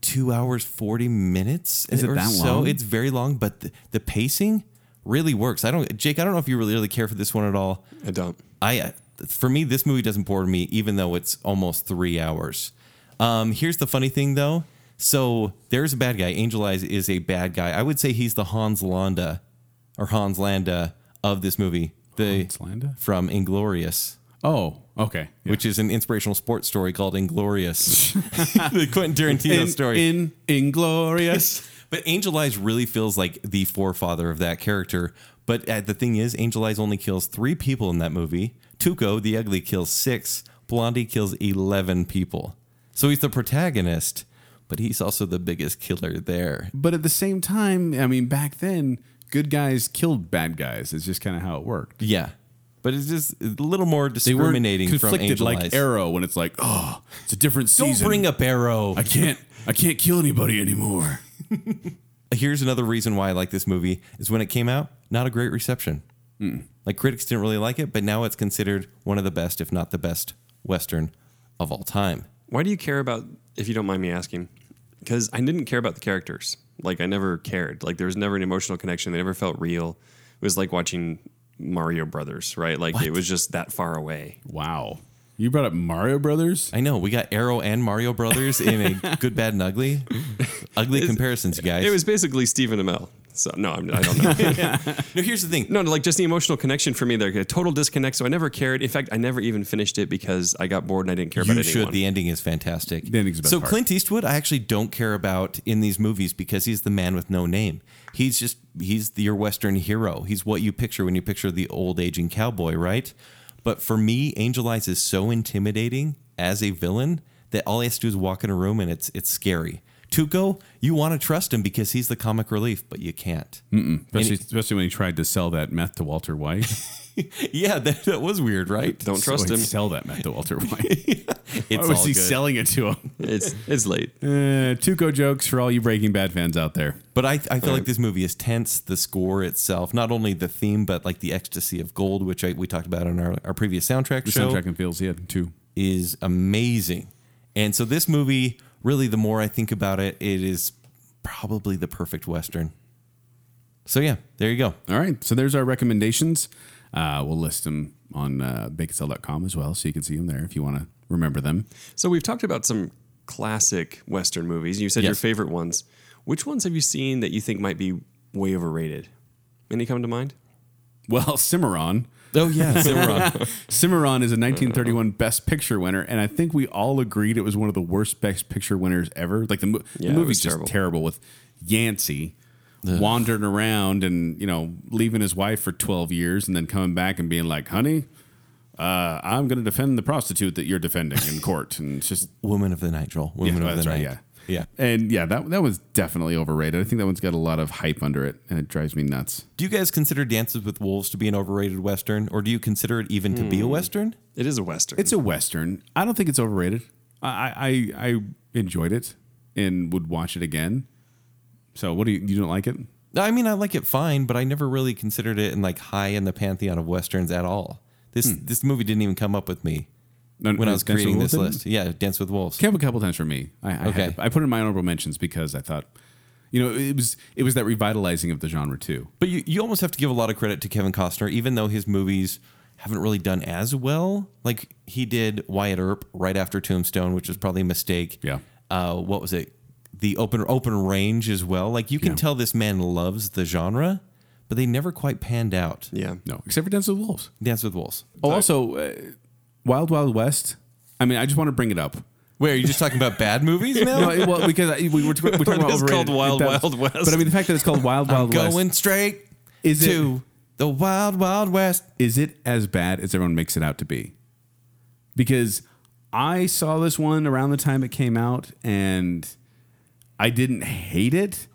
two hours, 40 minutes. Is it or that so. long? It's it's very long, but the, the pacing really works. I don't, Jake. I don't know if you really, really care for this one at all. I don't. I, uh, for me, this movie doesn't bore me, even though it's almost three hours. Um, here's the funny thing, though. So there's a bad guy. Angel Eyes is a bad guy. I would say he's the Hans Landa, or Hans Landa of this movie. The Hans Landa? from Inglorious. Oh, okay. Yeah. Which is an inspirational sports story called Inglorious, the Quentin Tarantino in, story. in Inglorious. But Angel Eyes really feels like the forefather of that character. But uh, the thing is, Angel Eyes only kills three people in that movie. Tuco, the ugly, kills six. Blondie kills 11 people. So he's the protagonist, but he's also the biggest killer there. But at the same time, I mean, back then, good guys killed bad guys. It's just kind of how it worked. Yeah. But it's just a little more They were discriminating from conflicted Angel like Eyes. Arrow when it's like, oh, it's a different Don't season. bring up Arrow. I can't. I can't kill anybody anymore. Here's another reason why I like this movie is when it came out, not a great reception. Like critics didn't really like it, but now it's considered one of the best, if not the best, western of all time. Why do you care about, if you don't mind me asking? Because I didn't care about the characters. Like, I never cared. Like, there was never an emotional connection. They never felt real. It was like watching Mario Brothers, right? Like, it was just that far away. Wow. You brought up Mario Brothers. I know we got Arrow and Mario Brothers in a good, bad, and ugly. Ugly comparisons, you guys. It was basically Stephen Amell. So, no, I'm, I don't know. no. Here's the thing. no, like, just the emotional connection for me, there, a total disconnect. So, I never cared. In fact, I never even finished it because I got bored and I didn't care You about should. anyone. The ending is fantastic. The ending's the best so part. Clint Eastwood, I actually don't care about in these movies because he's the man with no name. He's just he's the, your Western hero. He's what you picture when you picture the old aging cowboy, right? But for me, Angel Eyes is so intimidating as a villain that all he has to do is walk in a room and it's it's scary. Tuco, you want to trust him because he's the comic relief, but you can't. Especially, especially when he tried to sell that meth to Walter White. Yeah, that, that was weird, right? don't trust So he'd him. Sell that meth to Walter White. It's Why was all he good. selling it to him? It's, it's late. Uh, Tuco jokes for all you Breaking Bad fans out there. But I, I feel like this movie is tense. The score itself, not only the theme, but like the ecstasy of gold, which I, we talked about in our, our previous soundtrack The show, soundtrack and feels, yeah, too. is amazing. And so this movie, really, the more I think about it, it is probably the perfect western. So yeah, there you go. All right. So there's our recommendations. Uh, we'll list them on uh, baconcell.com as well. So you can see them there if you want to remember them. So we've talked about some classic Western movies. You said your Yes. favorite ones. Which ones have you seen that you think might be way overrated? Any come to mind? Well, Cimarron. Oh yeah, Cimarron. Cimarron is a 1931 Best Picture winner, and I think we all agreed it was one of the worst Best Picture winners ever. Like the, mo- Yeah, it the was movie's just terrible. terrible. with Yancey wandering around and you know leaving his wife for 12 years and then coming back and being like, "Honey, uh, I'm going to defend the prostitute that you're defending in court," and it's just Woman of the Night, Joel. Woman Yeah, of that's the right, Night. Yeah. Yeah. and yeah, that that was definitely overrated. I think that one's got a lot of hype under it, and it drives me nuts. Do you guys consider Dances with Wolves to be an overrated western, or do you consider it even to be Hmm. a western? It is a western. It's a western. I don't think it's overrated. I I, I I enjoyed it and would watch it again. So what do you you don't like it? I mean, I like it fine, but I never really considered it in like high in the pantheon of westerns at all. This this movie didn't even come up with me No, when I no, was Hmm. Dance with creating Wolves this didn't? list. Yeah, Dance with Wolves. Came up a couple times for me. I I, had Okay. to- I put it in my honorable mentions because I thought, you know, it was it was that revitalizing of the genre too. But you, you almost have to give a lot of credit to Kevin Costner, even though his movies haven't really done as well. Like he did Wyatt Earp right after Tombstone, which was probably a mistake. Yeah. Uh, what was it? The open open range as well. Like you can Yeah. tell this man loves the genre, but they never quite panned out. yeah. No, except for Dance with Wolves. Dance with Wolves. Oh, also, uh, Wild Wild West. I mean, I just want to bring it up. Wait, are you just talking about bad movies now? No, it- well, because I- we were, we were talking about It's called overrated. Wild That's- Wild West. But I mean, the fact that it's called Wild Wild West Going straight Is it- to the wild, wild west. is it as bad as everyone makes it out to be? Because I saw this one around the time it came out and I didn't hate it,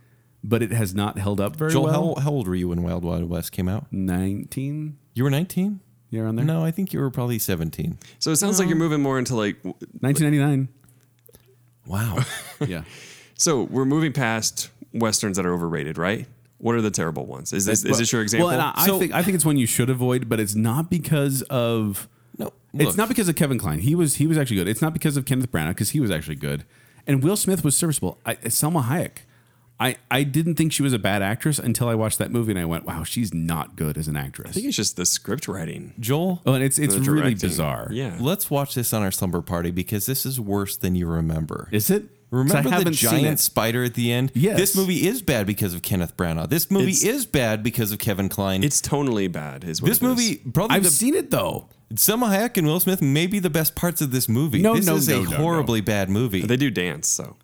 but it has not held up very Joel, well. how, how old were you when Wild Wild West came out? 19? You were 19? Yeah, around there. No, I think you were probably 17. So it sounds like you're moving more into like. w- 1999. Wow. yeah. So we're moving past westerns that are overrated, right? What are the terrible ones? Is this is this your example? Well, and I, I So- think I think it's one you should avoid, but it's not because of No, look. It's not because of Kevin Klein. He was he was actually good. It's not because of Kenneth Branagh because he was actually good. And Will Smith was serviceable. I, Selma Hayek. I, I didn't think she was a bad actress until I watched that movie and I went, wow, she's not good as an actress. I think it's just the script writing. Joel, Oh, and it's it's the really directing. bizarre. Yeah. let's watch this on our slumber party because this is worse than you remember. Is it? 'Cause I Remember the haven't seen giant it. spider at the end? Yes. This movie is bad because of Kenneth Branagh. This movie It's- is bad because of Kevin Kline. It's tonally bad. Is what this it is. movie, probably I've the, seen it though. Selma Hayek and Will Smith may be the best parts of this movie. No, this no, is no, a no, no. horribly bad movie. They do dance, so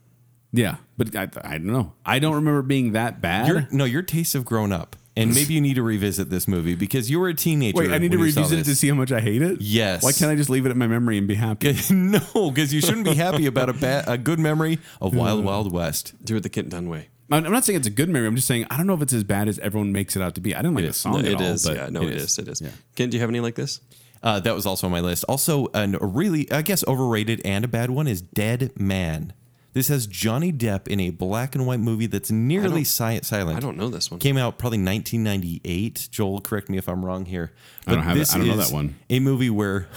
Yeah. But I, I don't know. I don't remember it being that bad. Your, no, your tastes have grown up, and maybe you need to revisit this movie because you were a teenager. Wait, I need to when you saw revisit it to this. see how much I hate it? Yes. Why can't I just leave it at my memory and be happy? no, because you shouldn't be happy about a ba- a good memory of Wild Wild West. do it the Kent Dunway. I'm I'm not saying it's a good memory. I'm just saying I don't know if it's as bad as everyone makes it out to be. I didn't like the No, song at it all. is. but Yeah, no, it is. It is. Kent, do you have any like this? Uh, that was also on my list. Also, an, a really, I guess, overrated and a bad one is Dead Man. This has Johnny Depp in a black and white movie that's nearly si- silent. I don't know this one. Came out probably 1998. Joel, correct me if I'm wrong here. I don't have it. I don't know is that one. A movie where,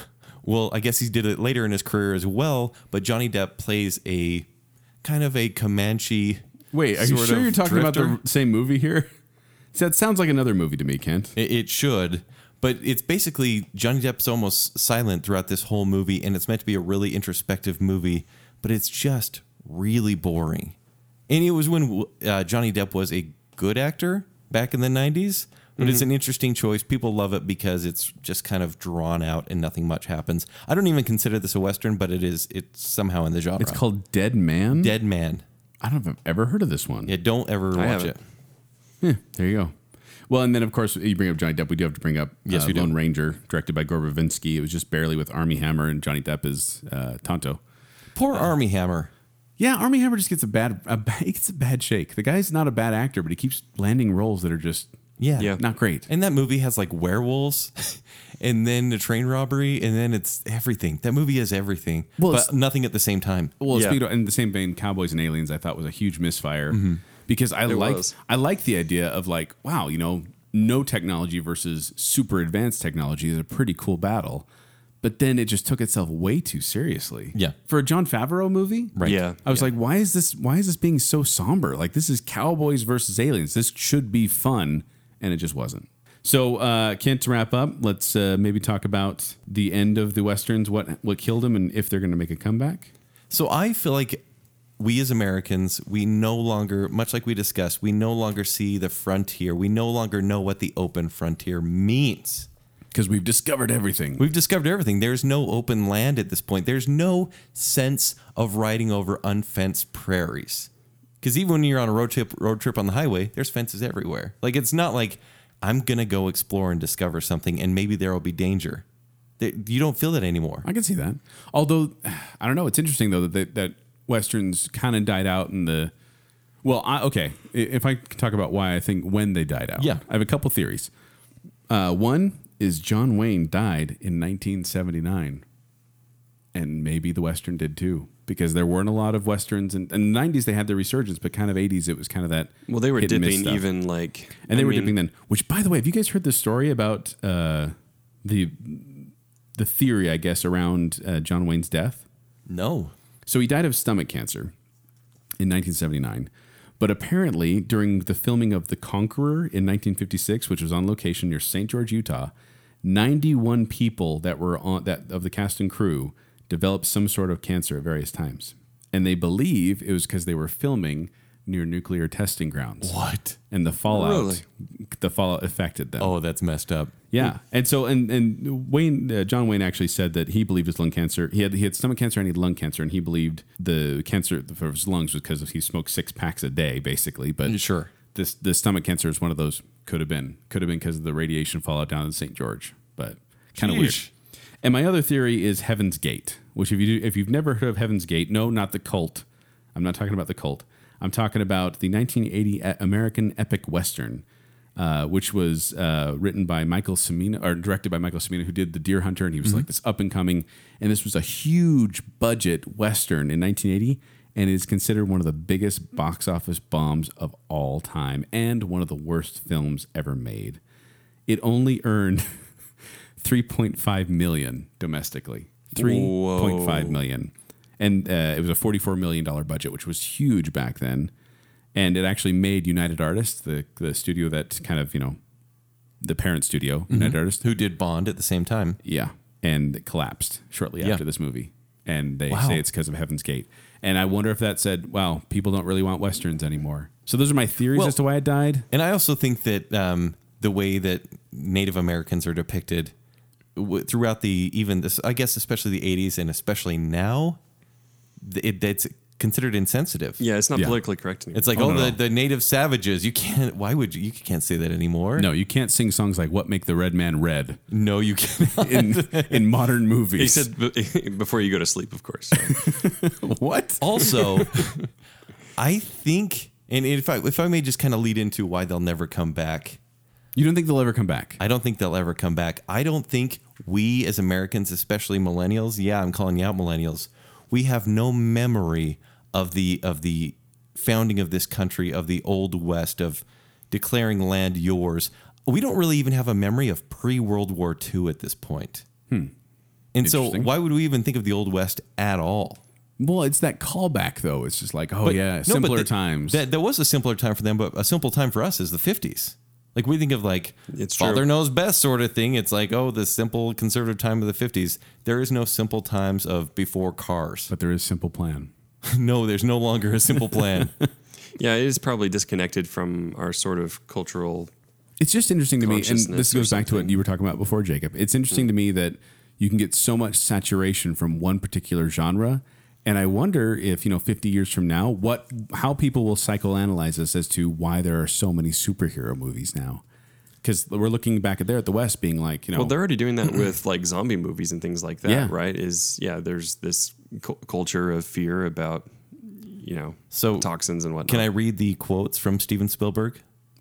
well, I guess he did it later in his career as well. But Johnny Depp plays a kind of a Comanche. Wait, are you sort sure of you're talking drifter. about the same movie here? See, that sounds like another movie to me, Kent. It, it should. But it's basically Johnny Depp's almost silent throughout this whole movie, and it's meant to be a really introspective movie, but it's just really boring. And it was when uh, Johnny Depp was a good actor back in the 90s, but it's an interesting choice. People love it because it's just kind of drawn out and nothing much happens. I don't even consider this a Western, but it is, it's somehow in the genre. It's called Dead Man. Dead Man. I don't know if I've ever heard of this one. Yeah, don't ever watch haven't. it. There you go. Well, and then of course you bring up Johnny Depp. We do have to bring up uh, Yes, we do. Lone Ranger, directed by Gore Verbinski. It was just barely with Army Hammer, and Johnny Depp is uh, Tonto. Poor Army Hammer. Yeah, Army Hammer just gets a bad, a ba- he gets a bad shake. The guy's not a bad actor, but he keeps landing roles that are just Yeah. Yeah. not great. And that movie has like werewolves and then a train robbery and then it's everything. That movie is everything, Well, but it's- nothing at the same time. Well, Yeah. speaking of, in the same vein, Cowboys and Aliens, I thought was a huge misfire because I like was. I like the idea of like, wow, you know, no technology versus super advanced technology is a pretty cool battle, but then it just took itself way too seriously. Yeah. for a John Favreau movie, Right. Yeah. I was Yeah. like, why is this? Why is this being so somber? Like this is cowboys versus aliens. This should be fun, and it just wasn't. So, uh, Kent, to wrap up, let's uh, maybe talk about the end of the westerns. What what killed them, and if they're going to make a comeback. So I feel like we as Americans, we no longer, much like we discussed, we no longer see the frontier. We no longer know what the open frontier means. because we've discovered everything. We've discovered everything. There's no open land at this point. There's no sense of riding over unfenced prairies. Because even when you're on a road trip, road trip on the highway, there's fences everywhere. Like it's not like I'm gonna go explore and discover something, and maybe there will be danger. Th- You don't feel that anymore. I can see that. Although, I don't know. It's interesting though that that, that westerns kind of died out in the. Well, I, okay. i- If I can talk about why I think when they died out, Yeah. I have a couple theories. Uh, one is John Wayne died in 1979, and maybe the western did too, because there weren't a lot of westerns. And in the 90s, they had their resurgence, but kind of 80s, it was kind of that. Well, they were hit and miss dipping stuff even like, and they I were mean, dipping then. Which, by the way, have you guys heard the story about uh, the the theory, I guess, around uh, John Wayne's death? No. So he died of stomach cancer in 1979, but apparently during the filming of The Conqueror in 1956, which was on location near St. George, Utah, 91 people that were on that of the cast and crew developed some sort of cancer at various times, and they believe it was because they were filming near nuclear testing grounds What? and the fallout Really? the fallout affected them. Oh, that's messed up. Yeah, and so and and Wayne uh, John Wayne actually said that he believed his lung cancer. He had he had stomach cancer and he had lung cancer, and he believed the cancer for his lungs was because he smoked six packs a day, basically. But Mm, Sure. this the stomach cancer is one of those could have been could have been because of the radiation fallout down in St. George, but kind of weird. Sheesh. And my other theory is Heaven's Gate, which if you do, if you've never heard of Heaven's Gate, no, not the cult. I'm not talking about the cult. I'm talking about the 1980 a- American epic western, uh, which was uh, written by Michael Cimino or directed by Michael Cimino, who did The Deer Hunter, and he was like this up and coming. And this was a huge budget western in 1980, and is considered one of the biggest box office bombs of all time, and one of the worst films ever made. It only earned 3.5 million domestically. 3.5 million. And uh, it was a $44 million budget, which was huge back then. And it actually made United Artists, the, the studio that kind of, you know, the parent studio, United Artists. Who did Bond at the same time? Yeah. And it collapsed shortly Yeah. after this movie. And they Wow. say it's because of Heaven's Gate. And I wonder if that said, wow, people don't really want Westerns anymore. So those are my theories Well- as to why it died. And I also think that um, the way that Native Americans are depicted w- throughout the even this, I guess, especially the '80s and especially now, th- it, it's considered insensitive. yeah, it's not Yeah. politically correct anymore. It's like, oh, Oh, no, the, no. the native savages. You can't. Why would you? You can't say that anymore. No, you can't sing songs like What Make the Red Man Red no, you can't. in, in modern movies. he said b- before you go to sleep, of course. What? also, I think, and if I if I may just kind of lead into why they'll never come back. You don't think they'll ever come back? I don't think they'll ever come back. I don't think we as Americans, especially millennials, yeah, I'm calling you out millennials, we have no memory of the of the founding of this country, of the old west, of declaring land yours. We don't really even have a memory of pre-World War II at this point. And so Interesting. why would we even think of the old west at all? well, it's that callback though. It's just like, oh yeah, no, simpler the- times. That, that was a simpler time for them, but a simple time for us is the 50s. Like we think of like It's true. father knows best sort of thing. It's like oh, the simple conservative time of the 50s. There is no simple times of before cars. but there is simple plan. no, there's no longer a simple plan. yeah, it is probably disconnected from our sort of cultural. It's just interesting to me, and this Consciousness or goes back to what you were talking about before, Jacob. It's interesting to me that you can get so much saturation from one particular genre, and I wonder if you know, fifty years from now, what how people will psychoanalyze us as to why there are so many superhero movies now. Because we're looking back at there at the West, being like, you know, Well, they're already doing that Oh. with like zombie movies and things like that, Yeah. right? Is yeah, there's this cu- culture of fear about you know So, toxins and whatnot. Can I read the quotes from Steven Spielberg?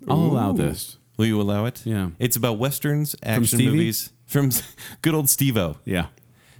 I'll allow this. Will you allow it? Yeah. It's about westerns, action Stevie? movies from good old Stevo. Yeah,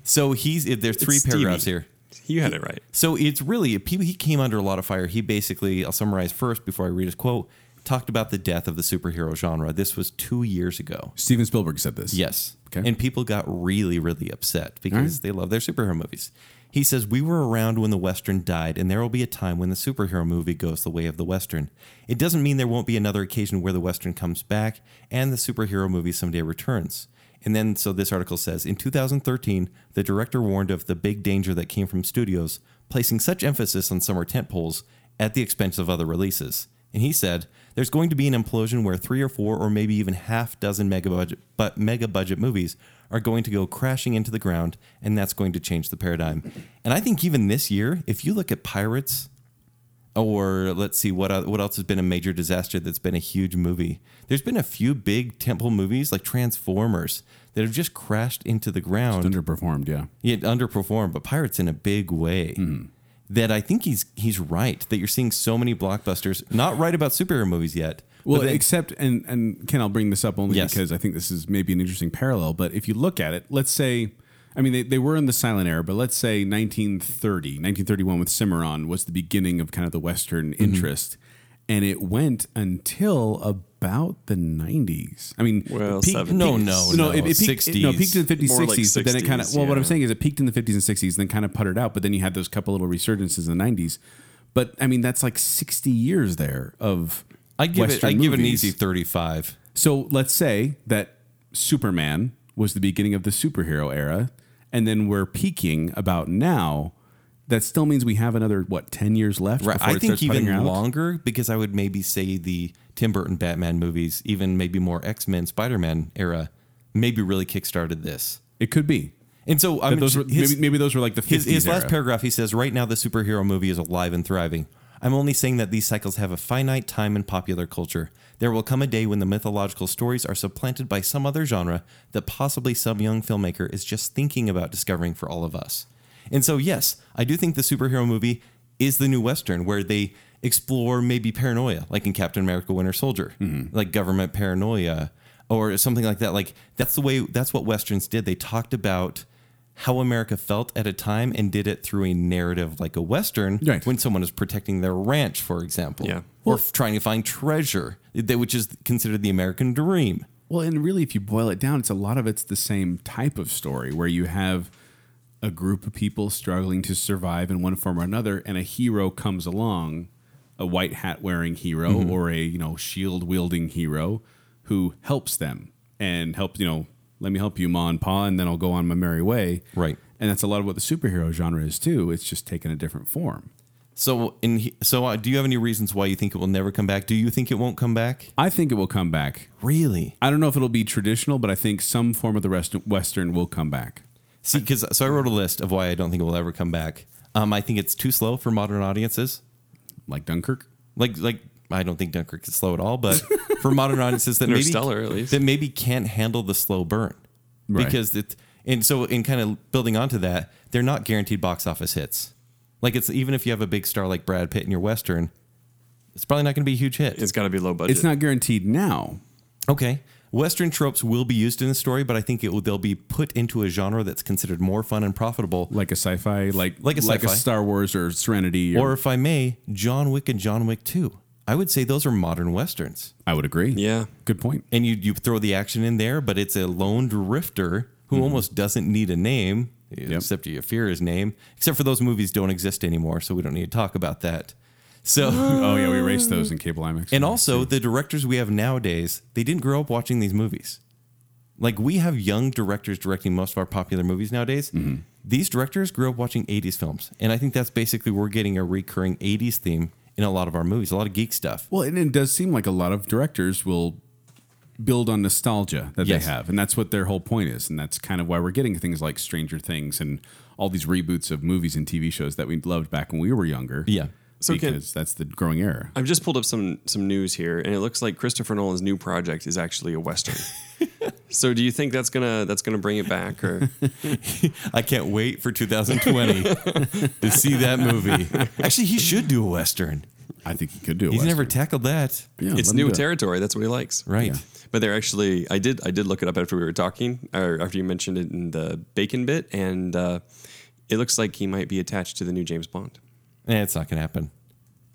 So he's there's three It's Stevie. paragraphs here. you had it right. So it's really people. He came under a lot of fire. He basically, I'll summarize first before I read his quote. Talked about the death of the superhero genre. This was two years ago. Steven Spielberg said this. Yes. Okay. And people got really, really upset because they love their superhero movies. He says, We were around when the Western died, and there will be a time when the superhero movie goes the way of the Western. It doesn't mean there won't be another occasion where the Western comes back and the superhero movie someday returns. And then, so this article says In 2013, the director warned of the big danger that came from studios placing such emphasis on summer tentpoles at the expense of other releases. And he said, There's going to be an implosion where three or four, or maybe even half dozen mega budget, but mega budget movies are going to go crashing into the ground, and that's going to change the paradigm. And I think even this year, if you look at Pirates, or let's see what el- what else has been a major disaster that's been a huge movie. There's been a few big temple movies like Transformers that have just crashed into the ground, Underperformed, yeah. yet underperformed. But Pirates in a big way. Mm-hmm. That I think he's he's right that you're seeing so many blockbusters. Not right about superhero movies yet. but Well, then- except and and Ken, I'll bring this up only Yes. because I think this is maybe an interesting parallel. But if you look at it, let's say, I mean, they, they were in the silent era, but let's say 1930, 1931 with Cimarron was the beginning of kind of the Western Mm-hmm. interest, and it went until about the 90s. I mean, Well, peak- 70s. no, no, no, it, it peaked, 60s. It, no, it peaked in the 50s, More 60s, like but then it kind of, 60s, well, what I'm yeah. saying is it peaked in the 50s and 60s, then kind of puttered out, but then you had those couple little resurgences in the 90s. But I mean, that's like 60 years there of I give Western it I give it an movies. easy thirty five. So let's say that Superman was the beginning of the superhero era, and then we're peaking about now. That still means we have another what ten years left. Right. before I it think starts putting even out? longer because I would maybe say the Tim Burton Batman movies, even maybe more X Men, Spider Man era, maybe really kickstarted this. It could be. And so I That mean, those were, his, maybe, maybe those were like the 50s his, his last era. paragraph, he says, right now the superhero movie is alive and thriving. I'm only saying that these cycles have a finite time in popular culture. There will come a day when the mythological stories are supplanted by some other genre that possibly some young filmmaker is just thinking about discovering for all of us. And so, yes, I do think the superhero movie is the new Western where they explore maybe paranoia, like in Captain America Winter Soldier, Mm-hmm. like government paranoia or something like that. Like, that's the way, that's what Westerns did. They talked about how America felt at a time and did it through a narrative like a Western Right. when someone is protecting their ranch, for example, Yeah. or f- trying to find treasure, that- which is considered the American dream. Well, and really, if you boil it down, it's a lot of it's the same type of story where you have a group of people struggling to survive in one form or another, and a hero comes along, a white hat wearing hero or a you know shield wielding hero who helps them and help you know let me help you ma and pa, and then I'll go on my merry way. Right. And that's a lot of what the superhero genre is too. It's just taken a different form. So, in he- so, uh, do you have any reasons why you think it will never come back? Do you think it won't come back? I think it will come back. Really? I don't know if it'll be traditional, but I think some form of the rest western will come back. See, because so I wrote a list of why I don't think it will ever come back. Um, I think it's too slow for modern audiences. Like Dunkirk. like like I don't think Dunkirk is slow at all, but for modern audiences that maybe Interstellar, at least. that maybe can't handle the slow burn Right. because it and so in kind of building onto that, they're not guaranteed box office hits. Like it's even if you have a big star like Brad Pitt in your western, it's probably not going to be a huge hit. It's got to be low budget. It's not guaranteed now. okay. Western tropes will be used in the story, but I think it will, they'll be put into a genre that's considered more fun and profitable. Like a sci-fi, like Like a sci-fi. Star Wars or Serenity, or, Or if I may, John Wick and John Wick 2. I would say those are modern westerns. I would agree. Yeah. good point. and you you throw the action in there, but it's a lone drifter who almost doesn't need a name, except you fear his name. Except for those movies don't exist anymore, so we don't need to talk about that. So, Oh yeah, we erased those in cable IMAX. and also the directors we have nowadays, they didn't grow up watching these movies. Like we have young directors directing most of our popular movies nowadays. These directors grew up watching 80s films, and I think that's basically we're getting a recurring 80s theme in a lot of our movies, a lot of geek stuff. well, and it does seem like a lot of directors will build on nostalgia that Yes. they have, and that's what their whole point is, and that's kind of why we're getting things like Stranger Things and all these reboots of movies and TV shows that we loved back when we were younger. Yeah. So can- because that's the growing era. I've just pulled up some some news here, and it looks like Christopher Nolan's new project is actually a western. so, do you think that's gonna that's gonna bring it back, or I can't wait for 2020 to see that movie. Actually, he should do a western. I think he could do. A He's never Western. tackled that. Yeah, it's let him new do it. territory? That's what he likes, Right. Yeah. But they're actually, I did I did look it up after we were talking, or after you mentioned it in the bacon bit, and uh, it looks like he might be attached to the new James Bond. Eh, it's not going to happen.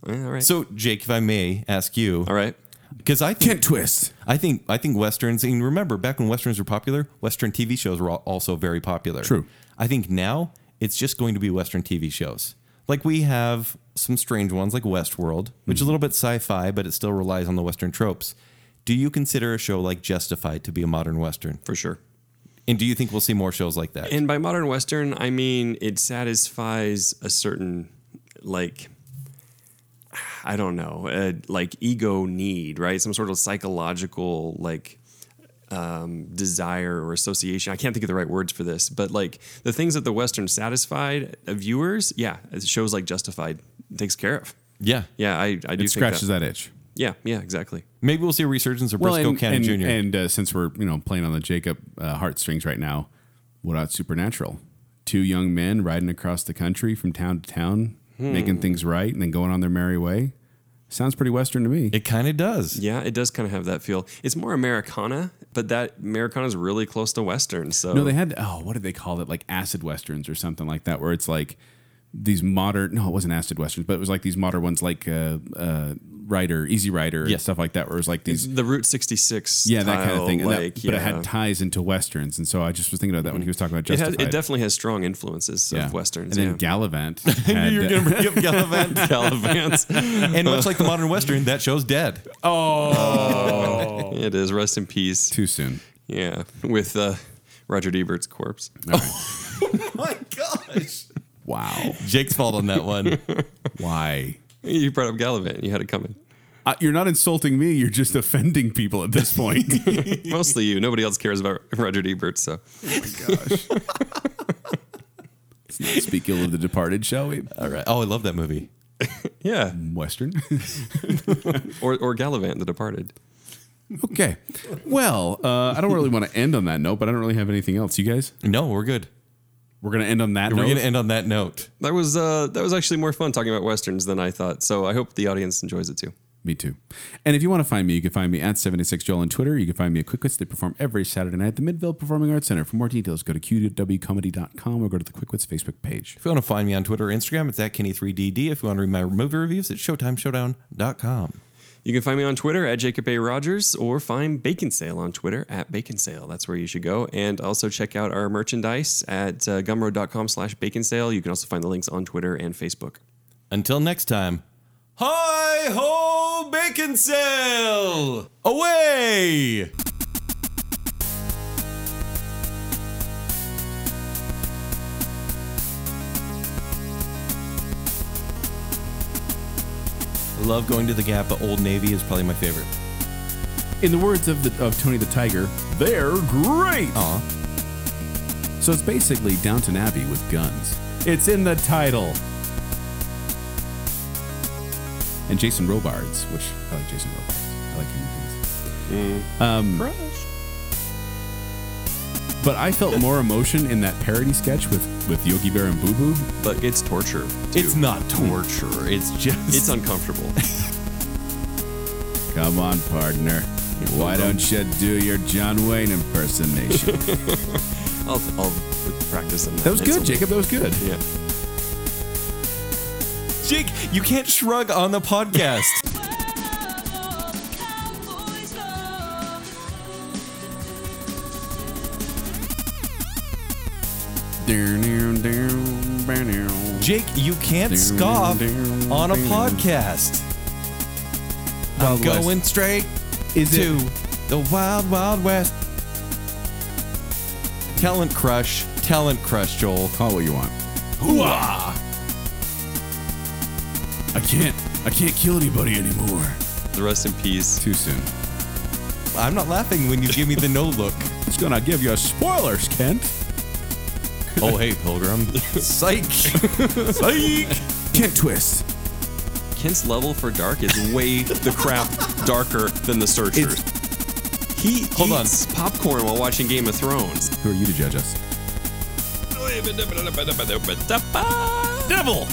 Eh, all right. So, Jake, if I may ask you, all right. because I think Kent Twist. I think I think westerns. And remember, back when westerns were popular, western TV shows were al- also very popular. True. I think now it's just going to be western TV shows. Like we have some strange ones, like Westworld, which Mm-hmm. is a little bit sci-fi, but it still relies on the western tropes. Do you consider a show like Justified to be a modern western? For sure. And do you think we'll see more shows like that? And by modern western, I mean it satisfies a certain like I don't know, uh, like ego need, right? Some sort of psychological like um, desire or association. I can't think of the right words for this, but like the things that the western satisfied uh, viewers, yeah, shows like Justified takes care of. yeah. Yeah, I, I do It think scratches that, itch. Yeah, yeah, exactly. Maybe we'll see a resurgence of Briscoe and, County and, Jr. and, uh, since we're you know playing on the Jacob uh, heartstrings right now, what about Supernatural? Two young men riding across the country from town to town, Hmm. making things right, and then going on their merry way. Sounds pretty Western to me. it kind of does. Yeah, it does kind of have that feel. It's more Americana, but that Americana is really close to Western. So No, they had oh, what did they call it? Like acid westerns or something like that, where it's like these modern. No, it wasn't acid westerns, but it was like these modern ones, like uh, uh, Rider, Easy Rider, Yeah. and stuff like that, where it was like these. the Route 66. Yeah, that kind of style, thing. And that- Like, But yeah. Mm-hmm. it had ties into westerns, and so I just was thinking about that when he was talking about It, has, Justified. it definitely has strong influences of westerns. And then yeah. Gallivant. I had- knew you were going to bring up Gallivant. Galavance. and much like the modern western, that show's dead. Oh. it is. Rest in peace. too soon. Yeah, with uh, Roger Ebert's corpse. My gosh, Wow. Jake's fault on that one. Why? You brought up Galavant. You had it coming. Uh, you're not insulting me. You're just offending people at this point. Oh Mostly you. Nobody else cares about Roger Ebert. So Let's not speak ill of the departed, shall we? All right. Oh, I love that movie. yeah, Western. or or Galavant, The Departed. okay. Well, uh, I don't really want to end on that note, but I don't really have anything else. You guys, No, we're good. we're gonna end on that We're note. going to end on that note. That was uh, that was actually more fun talking about westerns than I thought. So I hope the audience enjoys it too. Me too. And if you want to find me, you can find me at 76Joel on Twitter. You can find me at Quick Wits. They perform every Saturday night at the Midville Performing Arts Center. For more details, go to qwcomedy.com or go to the Quick Wits Facebook page. If you want to find me on Twitter or Instagram, it's at Kenny3DD. If you want to read my movie reviews, it's ShowtimeShowdown.com. You can find me on Twitter at Jacob A. Rogers or find Bacon Sale on Twitter at Bacon Sale. That's where you should go. And also check out our merchandise at uh, gumroad.com slash bacon sale. You can also find the links on Twitter and Facebook. Until next time, hi ho, bacon sale! Away! Love going to the Gap, but Old Navy is probably my favorite. In the words of, the, of Tony the Tiger, they're great. Aw, So it's basically Downton Abbey with guns. It's in the title. And Jason Robards, which I like Jason Robards. I like human beings. Um, but I felt more emotion in that parody sketch with, with Yogi Bear and Boo Boo. But it's torture. too. it's not torture. It's just It's uncomfortable. Come on, partner. Why don't you do your John Wayne impersonation? I'll, I'll practice on that. that was It's good, Jacob. That was good. Yeah. Jake. You can't shrug on the podcast. Cowboys go. Jake, you can't scoff on a podcast. Wild West. Going straight Is to it- the wild, wild west. Talent crush, talent crush, Joel. Call what you want. Hooah! I can't. I can't kill anybody anymore. The rest in peace. Too soon. I'm not laughing when you give me the no look. It's gonna give you spoilers, Kent. oh, hey, Pilgrim. Psych. Psych. Kent Twist. Kent's level for dark is way the crap darker than the searchers. he Hold on. eats popcorn while watching Game of Thrones. Who are you to judge us? Devil!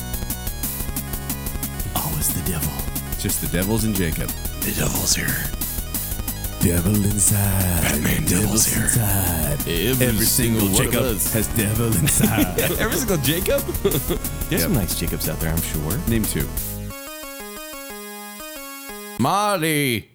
Always Oh, the devil. Just the devils and Jacob. The devil's here. Devil inside. Batman, devil's here. inside. Every, has devil inside. Every single Jacob? There's some nice Jacobs out there, I'm sure. Name two. Molly.